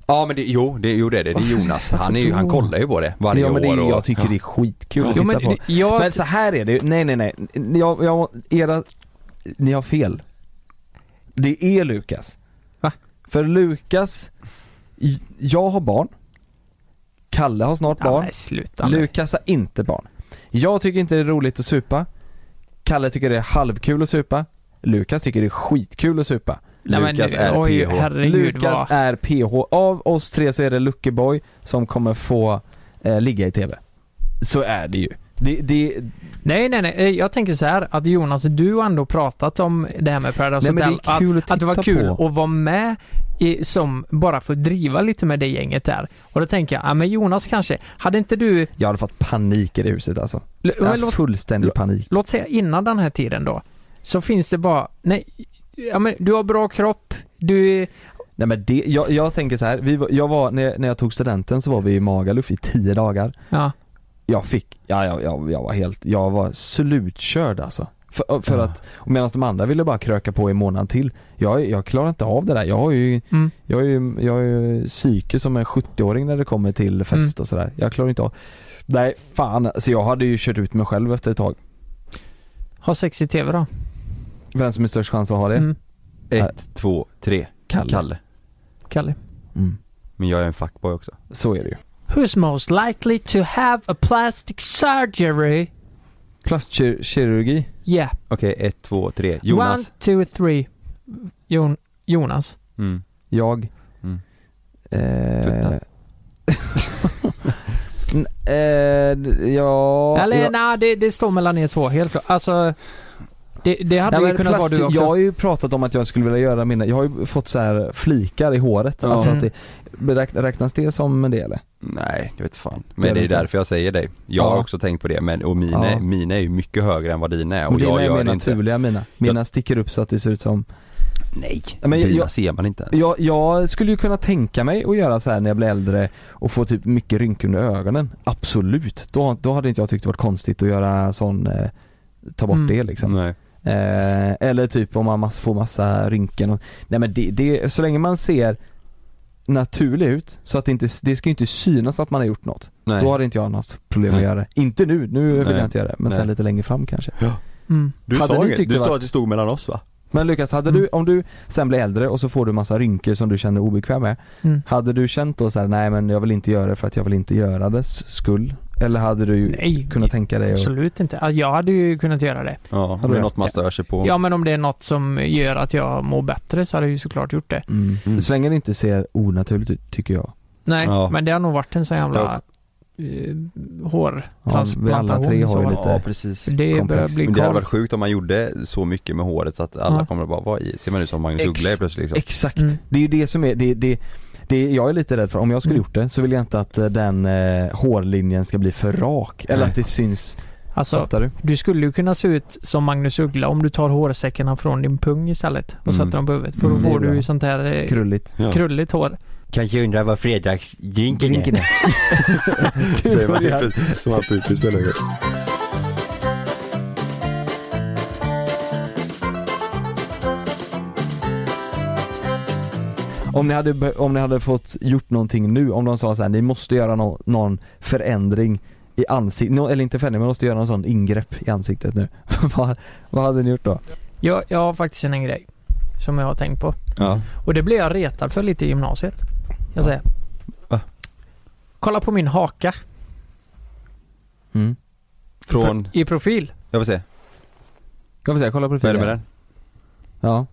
Speaker 1: Ja men det, jo det, jo, det är det, det är Jonas. Han, är ju, han kollar ju på det varje
Speaker 2: ja, men det
Speaker 1: år
Speaker 2: är,
Speaker 1: och,
Speaker 2: Jag tycker det är skitkul att
Speaker 3: Jo,
Speaker 2: titta
Speaker 3: men
Speaker 2: på.
Speaker 3: det- jag-
Speaker 2: Men så här är det ju, nej nej nej. Jag, jag, era, ni har fel. Det är Lukas.
Speaker 3: Va?
Speaker 2: För Lukas, j- jag har barn. Kalle har snart
Speaker 3: Ja,
Speaker 2: barn.
Speaker 3: nej sluta nu.
Speaker 2: Lukas har inte barn. Jag tycker inte det är roligt att supa. Kalle tycker det är halvkul att supa. Lukas tycker det är skitkul att supa.
Speaker 3: Nej, men,
Speaker 1: Lukas är
Speaker 3: oj,
Speaker 1: PH.
Speaker 3: herregud
Speaker 2: Lukas
Speaker 3: vad...
Speaker 2: är PH. Av oss tre så är det Luckeboy som kommer få eh, ligga i TV. Så är det ju.
Speaker 3: Nej, nej, nej. Jag tänker så här att Jonas, du har ändå pratat om det här med Paradise
Speaker 2: Nej, men det är
Speaker 3: Hotel. Att,
Speaker 2: kul
Speaker 3: att,
Speaker 2: att
Speaker 3: det var
Speaker 2: titta
Speaker 3: kul
Speaker 2: på.
Speaker 3: att vara med i, som bara för att driva lite med det gänget där. Och då tänker jag, ja men Jonas kanske, hade inte du...
Speaker 2: Jag hade fått panik i det huset alltså.
Speaker 3: L-
Speaker 2: Jag
Speaker 3: men
Speaker 2: hade
Speaker 3: låt-
Speaker 2: fullständig panik.
Speaker 3: Låt säga innan den här tiden då, så finns det bara, nej, ja men du har bra kropp, du är...
Speaker 2: Nej men det, jag, jag tänker så här, vi var, jag var, när jag, när jag tog studenten så var vi i Magaluf i tio dagar.
Speaker 3: Ja.
Speaker 2: Jag fick, ja jag, jag, jag var helt, jag var slutkörd alltså. För, för att, och medan de andra ville bara kröka på i en månad till. Jag, jag klarar inte av det där. Jag har ju,
Speaker 3: Mm.
Speaker 2: jag är ju, jag är ju psyke som en 70-åring när det kommer till
Speaker 3: Mm.
Speaker 2: fest och sådär. Jag klarar inte av. Nej fan, så jag hade ju kört ut mig själv efter ett tag.
Speaker 3: Ha sex i TV då.
Speaker 2: Vem som är störst chans att ha det?
Speaker 3: Mm.
Speaker 2: Ett,
Speaker 1: två, tre.
Speaker 2: Kalle.
Speaker 1: Kalle.
Speaker 3: Kalle.
Speaker 1: Men jag är en fuckboy också.
Speaker 2: Mm. Så är det ju.
Speaker 3: Who's most likely to have a plastic surgery?
Speaker 2: Plastkirurgi?
Speaker 3: Yeah.
Speaker 1: Okej, ett, två, tre. Jonas.
Speaker 3: One, two, three. Jon, Jonas.
Speaker 1: Mm.
Speaker 2: Jag.
Speaker 1: Mm.
Speaker 2: Eh... N- eh, ja...
Speaker 3: Eller
Speaker 2: jag-
Speaker 3: nej, det, det står mellan er två helt klart. Alltså, det, det hade
Speaker 2: Nej,
Speaker 3: ju
Speaker 2: men
Speaker 3: kunnat vara
Speaker 2: plast-
Speaker 3: du också.
Speaker 2: Jag har ju pratat om att jag skulle vilja göra mina, jag har ju fått så här flikar i håret.
Speaker 1: Ja.
Speaker 2: Alltså att
Speaker 1: Mm.
Speaker 2: det, beräk- räknas det som det eller?
Speaker 1: Nej, jag vet fan.
Speaker 2: Det är
Speaker 1: Men det är
Speaker 2: inte.
Speaker 1: därför jag säger dig. Jag har
Speaker 2: Ja.
Speaker 1: också tänkt på det, men och mina,
Speaker 2: Ja.
Speaker 1: mina är ju mycket högre än vad dina är och
Speaker 2: Men dina
Speaker 1: jag
Speaker 2: är
Speaker 1: gör
Speaker 2: mer
Speaker 1: det inte.
Speaker 2: naturliga mina. Mina sticker upp så att det ser ut som
Speaker 1: Nej,
Speaker 2: Ja, men jag-
Speaker 1: dina
Speaker 2: jag-
Speaker 1: ser man inte ens.
Speaker 2: jag, jag skulle ju kunna tänka mig att göra så här när jag blir äldre och få typ mycket rynkor under ögonen. Absolut. Då, då hade inte jag tyckt det varit konstigt att göra sån, eh, ta bort
Speaker 1: Mm.
Speaker 2: det liksom.
Speaker 1: Nej.
Speaker 2: Eh, eller typ om man mass, får massa rynken och, nej men det, det, så länge man ser naturlig ut så att det inte, det ska ju inte synas att man har gjort något.
Speaker 1: Nej.
Speaker 2: Då hade inte jag något problem att
Speaker 1: Nej.
Speaker 2: göra det. Inte nu, nu vill
Speaker 1: Nej.
Speaker 2: jag inte göra det. Men
Speaker 1: Nej.
Speaker 2: sen lite längre fram kanske.
Speaker 3: Mm.
Speaker 1: Du
Speaker 2: Hade
Speaker 1: sa,
Speaker 2: ni
Speaker 1: inget.
Speaker 2: tyckt
Speaker 1: du
Speaker 2: det
Speaker 1: sa
Speaker 2: var-
Speaker 1: att det stod mellan oss va?
Speaker 2: Men Lukas, hade du, om du sen blir äldre och så får du massa rynkor som du känner dig obekväm med.
Speaker 3: Mm.
Speaker 2: Hade du känt då så här, nej men jag vill inte göra det för att jag vill inte göra det skull? Eller hade du ju
Speaker 3: Nej,
Speaker 2: kunnat tänka dig att...
Speaker 3: Absolut inte. Alltså, jag hade ju kunnat göra det.
Speaker 1: Ja, om det är något man stör sig på.
Speaker 3: Ja, men om det är något som gör att jag mår bättre så hade jag ju såklart gjort det.
Speaker 2: Mm. Så länge det inte ser onaturligt ut tycker jag.
Speaker 3: Nej,
Speaker 2: Ja.
Speaker 3: men det har nog varit en sån jävla eh, hårtransplantation. i så fall.
Speaker 1: Ja, precis.
Speaker 3: Det börjar bli
Speaker 1: Men det hade
Speaker 3: kallt.
Speaker 1: varit sjukt om man gjorde så mycket med håret så att alla
Speaker 3: Ja.
Speaker 1: kommer att bara, vad i- ser man ut som Magnus
Speaker 2: Ex-
Speaker 1: Uggla helt plötsligt liksom?
Speaker 2: Exakt.
Speaker 3: Mm.
Speaker 2: Det är ju det som är, det, det, det, jag är lite rädd för, om jag
Speaker 3: Mm.
Speaker 2: skulle gjort det så vill jag inte att eh, den eh, hårlinjen ska bli för rak. Eller
Speaker 3: Nej.
Speaker 2: att det syns.
Speaker 3: Alltså,
Speaker 2: Fattar du?
Speaker 3: Du skulle ju kunna se ut som Magnus Uggla om du tar hårsäckarna från din pung istället
Speaker 2: Mm.
Speaker 3: och sätter dem på huvudet. För då
Speaker 2: Mm.
Speaker 3: får
Speaker 2: Det är
Speaker 3: du ju
Speaker 2: bra.
Speaker 3: sånt här eh,
Speaker 2: Krulligt. Ja.
Speaker 3: krulligt hår.
Speaker 1: Kanske undrar vad fredagsdrinken
Speaker 2: Drinken är.
Speaker 1: Säger man
Speaker 2: börjar.
Speaker 1: helt som han putis spelar igång.
Speaker 2: Om ni, hade, be- om ni hade fått gjort någonting nu, om de sa så här, ni måste göra nå- någon förändring i ansiktet, nå eller inte förändring, men måste göra någon sån ingrepp i ansiktet nu. vad, vad hade ni gjort då?
Speaker 3: Jag, jag har faktiskt en grej som jag har tänkt på.
Speaker 1: Ja.
Speaker 3: Och det blev jag retad för lite i gymnasiet. Jag säger.
Speaker 1: Va?
Speaker 3: Kolla på min haka
Speaker 1: Från,
Speaker 3: i profil.
Speaker 1: jag får se,
Speaker 2: Jag får säga, kolla på det
Speaker 1: vad är det med den?
Speaker 2: Ja.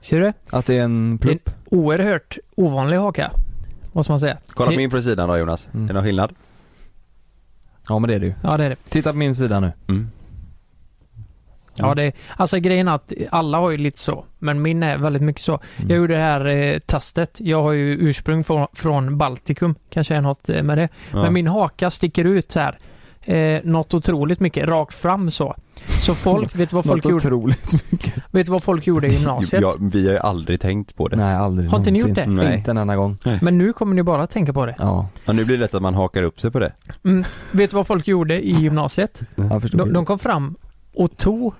Speaker 3: Ser du?
Speaker 2: Att det är en
Speaker 3: Det är
Speaker 2: plupp?
Speaker 3: en oerhört ovanlig haka. Måste man säga.
Speaker 1: Kolla på
Speaker 3: Det-
Speaker 1: min på sidan då Jonas, är det någon skillnad?
Speaker 2: Ja men det är det ju.
Speaker 3: Ja det är det.
Speaker 2: Titta på min sida nu.
Speaker 3: Ja, det är, alltså grejen är att alla har ju lite så, men min är väldigt mycket så. Jag gjorde det här eh, testet, jag har ju ursprung från, från Baltikum, kanske är något eh, med det.
Speaker 7: Ja.
Speaker 3: Men min haka sticker ut så här. Eh, något otroligt mycket, rakt fram så. Så folk, vet du vad folk
Speaker 1: Något
Speaker 3: gjorde?
Speaker 2: otroligt
Speaker 3: mycket. Vet du vad folk gjorde i gymnasiet?
Speaker 1: Ja, vi har ju aldrig tänkt på det.
Speaker 2: Nej, aldrig
Speaker 3: Har inte ni någonsin. gjort det?
Speaker 1: Nej.
Speaker 2: Inte en enda gång.
Speaker 3: Men nu kommer ni bara att tänka på det.
Speaker 2: Ja.
Speaker 1: ja, nu blir det lätt att man hakar upp sig på det.
Speaker 3: Mm, vet du vad folk gjorde i gymnasiet?
Speaker 2: Jag förstår.
Speaker 3: De, de kom fram och tog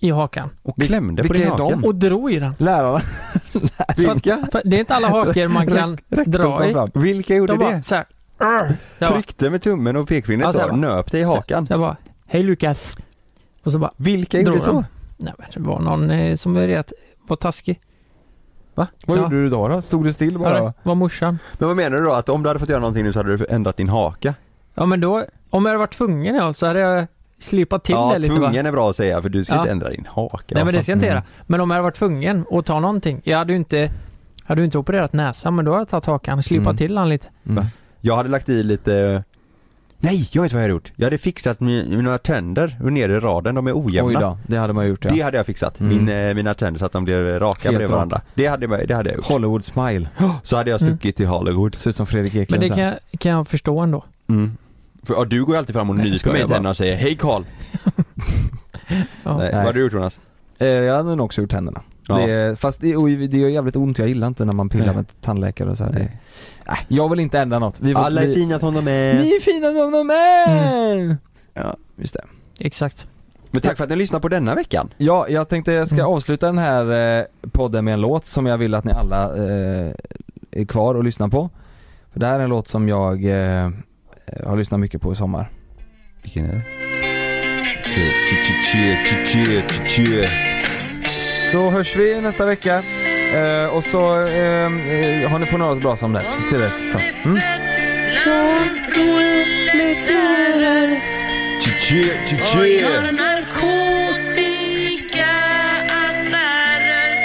Speaker 3: i hakan.
Speaker 1: Och klämde på din
Speaker 3: Vilka är
Speaker 1: haka.
Speaker 3: de? Och drog i den.
Speaker 2: Lärarna?
Speaker 1: Vilka?
Speaker 3: För Det är inte alla hakor man kan
Speaker 1: Rek- rektorn
Speaker 3: dra
Speaker 1: kom
Speaker 3: i.
Speaker 1: fram. Vilka gjorde
Speaker 3: De bara
Speaker 1: det?
Speaker 3: så här, "Arr!" jag bara,
Speaker 1: Tryckte med tummen och pekfingret
Speaker 3: Ja, så här
Speaker 1: så,
Speaker 3: va.
Speaker 1: nöp dig i hakan.
Speaker 3: jag bara, hej Lukas. Och så bara,
Speaker 1: Vilka gjorde
Speaker 3: drog
Speaker 1: så?
Speaker 3: de. Nej men det var någon eh, som var rätt, var taskig.
Speaker 1: Va?
Speaker 2: Vad
Speaker 3: Ja.
Speaker 2: gjorde du då, då? Stod du still bara?
Speaker 3: Ja, det var morsan.
Speaker 1: Men vad menar du då? Att om du hade fått göra någonting nu så hade du ändrat din haka?
Speaker 3: Ja men då, om jag hade varit tvungen ja, så hade jag slipat till
Speaker 1: ja,
Speaker 3: det lite va?
Speaker 1: tvungen Mm. är bra att säga för du ska
Speaker 3: Ja.
Speaker 1: inte ändra din haka.
Speaker 3: Nej men det
Speaker 1: Vad
Speaker 3: ska jag inte
Speaker 1: fan.
Speaker 3: göra. Men om jag hade varit tvungen att ta någonting. Jag hade ju inte, hade ju inte opererat näsan men då hade jag tagit hakan och slipat
Speaker 1: Mm.
Speaker 3: till den lite.
Speaker 1: Va? Jag hade lagt i lite
Speaker 8: Nej, jag vet vad jag hade gjort. Jag hade fixat mi- mina tänder nere i raden, de är ojämna.
Speaker 2: Oj då, det hade man gjort ja.
Speaker 8: Det hade jag fixat,
Speaker 2: Mm.
Speaker 8: Min, eh, mina tänder så att de blev raka
Speaker 2: Helt
Speaker 8: bredvid
Speaker 2: raka.
Speaker 8: varandra. Det hade, jag- det hade jag gjort.
Speaker 2: Hollywood smile.
Speaker 8: Så hade jag
Speaker 2: Mm.
Speaker 8: stuckit till Hollywood.
Speaker 2: Ser ut som Fredrik
Speaker 3: Men
Speaker 2: Eklund
Speaker 3: det
Speaker 2: sen.
Speaker 3: kan, jag- kan jag förstå ändå.
Speaker 8: Mm. För, ja, du går ju alltid fram och
Speaker 3: Nej,
Speaker 8: nyper
Speaker 3: skojar
Speaker 8: mig i
Speaker 3: bara.
Speaker 8: tänderna och säger Hej Karl!
Speaker 3: Ja.
Speaker 8: Nej, vad har du gjort Jonas?
Speaker 2: Eh, Jag hade nog också gjort tänderna.
Speaker 8: Ja.
Speaker 2: Det, fast det, och det gör jävligt ont, jag gillar inte när man pillar
Speaker 8: Nej.
Speaker 2: med tandläkare och så här. Nej. Nej, jag vill inte ändra något. Vi får-
Speaker 8: Alla är
Speaker 2: vi-
Speaker 8: fina som de
Speaker 2: Ni
Speaker 8: är.
Speaker 2: är fina som de är!
Speaker 8: Ja.
Speaker 2: Just det.
Speaker 3: Exakt.
Speaker 8: Men tack för att ni lyssnade på denna veckan.
Speaker 2: Ja, jag tänkte jag ska avsluta den här eh, podden med en låt som jag vill att ni alla eh, är kvar och lyssnar på. För det här är en låt som jag eh, har lyssnat mycket på i sommar.
Speaker 8: Vilken är det?
Speaker 2: Så hörs vi nästa vecka. Eh, och så eh, eh, har ni fått några bra som det till dess. Så. Mm.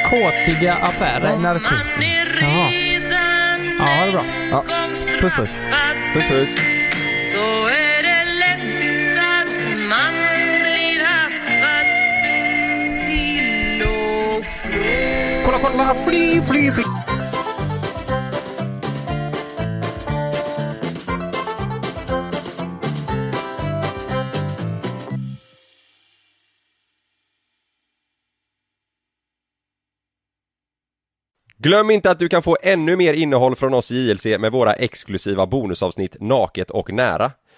Speaker 3: Kåtiga affärer.
Speaker 2: Narko.
Speaker 3: Jaha. Ja, ha det bra.
Speaker 2: Ja. Puss puss. Puss puss.
Speaker 9: Så är det lätt att man blir haffad till och från.
Speaker 3: Kolla, kolla! Fly, fly, fly!
Speaker 1: Glöm inte att du kan få ännu mer innehåll från oss i JLC med våra exklusiva bonusavsnitt Naket och nära.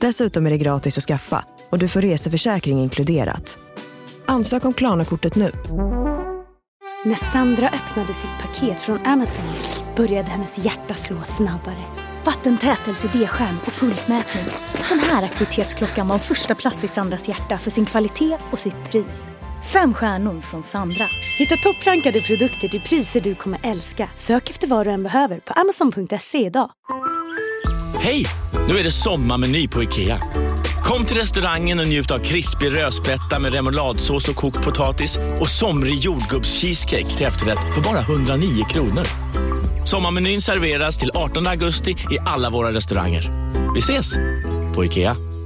Speaker 10: Dessutom är det gratis att skaffa och du får reseförsäkring inkluderat. Ansök om Klarna-kortet nu.
Speaker 11: När Sandra öppnade sitt paket från Amazon började hennes hjärta slå snabbare. Vattentätelse, D-skärm och pulsmätning. Den här aktivitetsklockan vann första plats i Sandras hjärta för sin kvalitet och sitt pris. Fem stjärnor från Sandra. Hitta topprankade produkter till priser du kommer älska. Sök efter vad du än behöver på amazon.se idag.
Speaker 12: Hej! Nu är det sommarmeny på IKEA. Kom till restaurangen och njut av krispig rödspätta med remouladsås och kokt potatis och somrig jordgubbscheesecake till efterrätt för bara 109 kronor. Sommarmenyn serveras till 18 augusti i alla våra restauranger. Vi ses! På IKEA.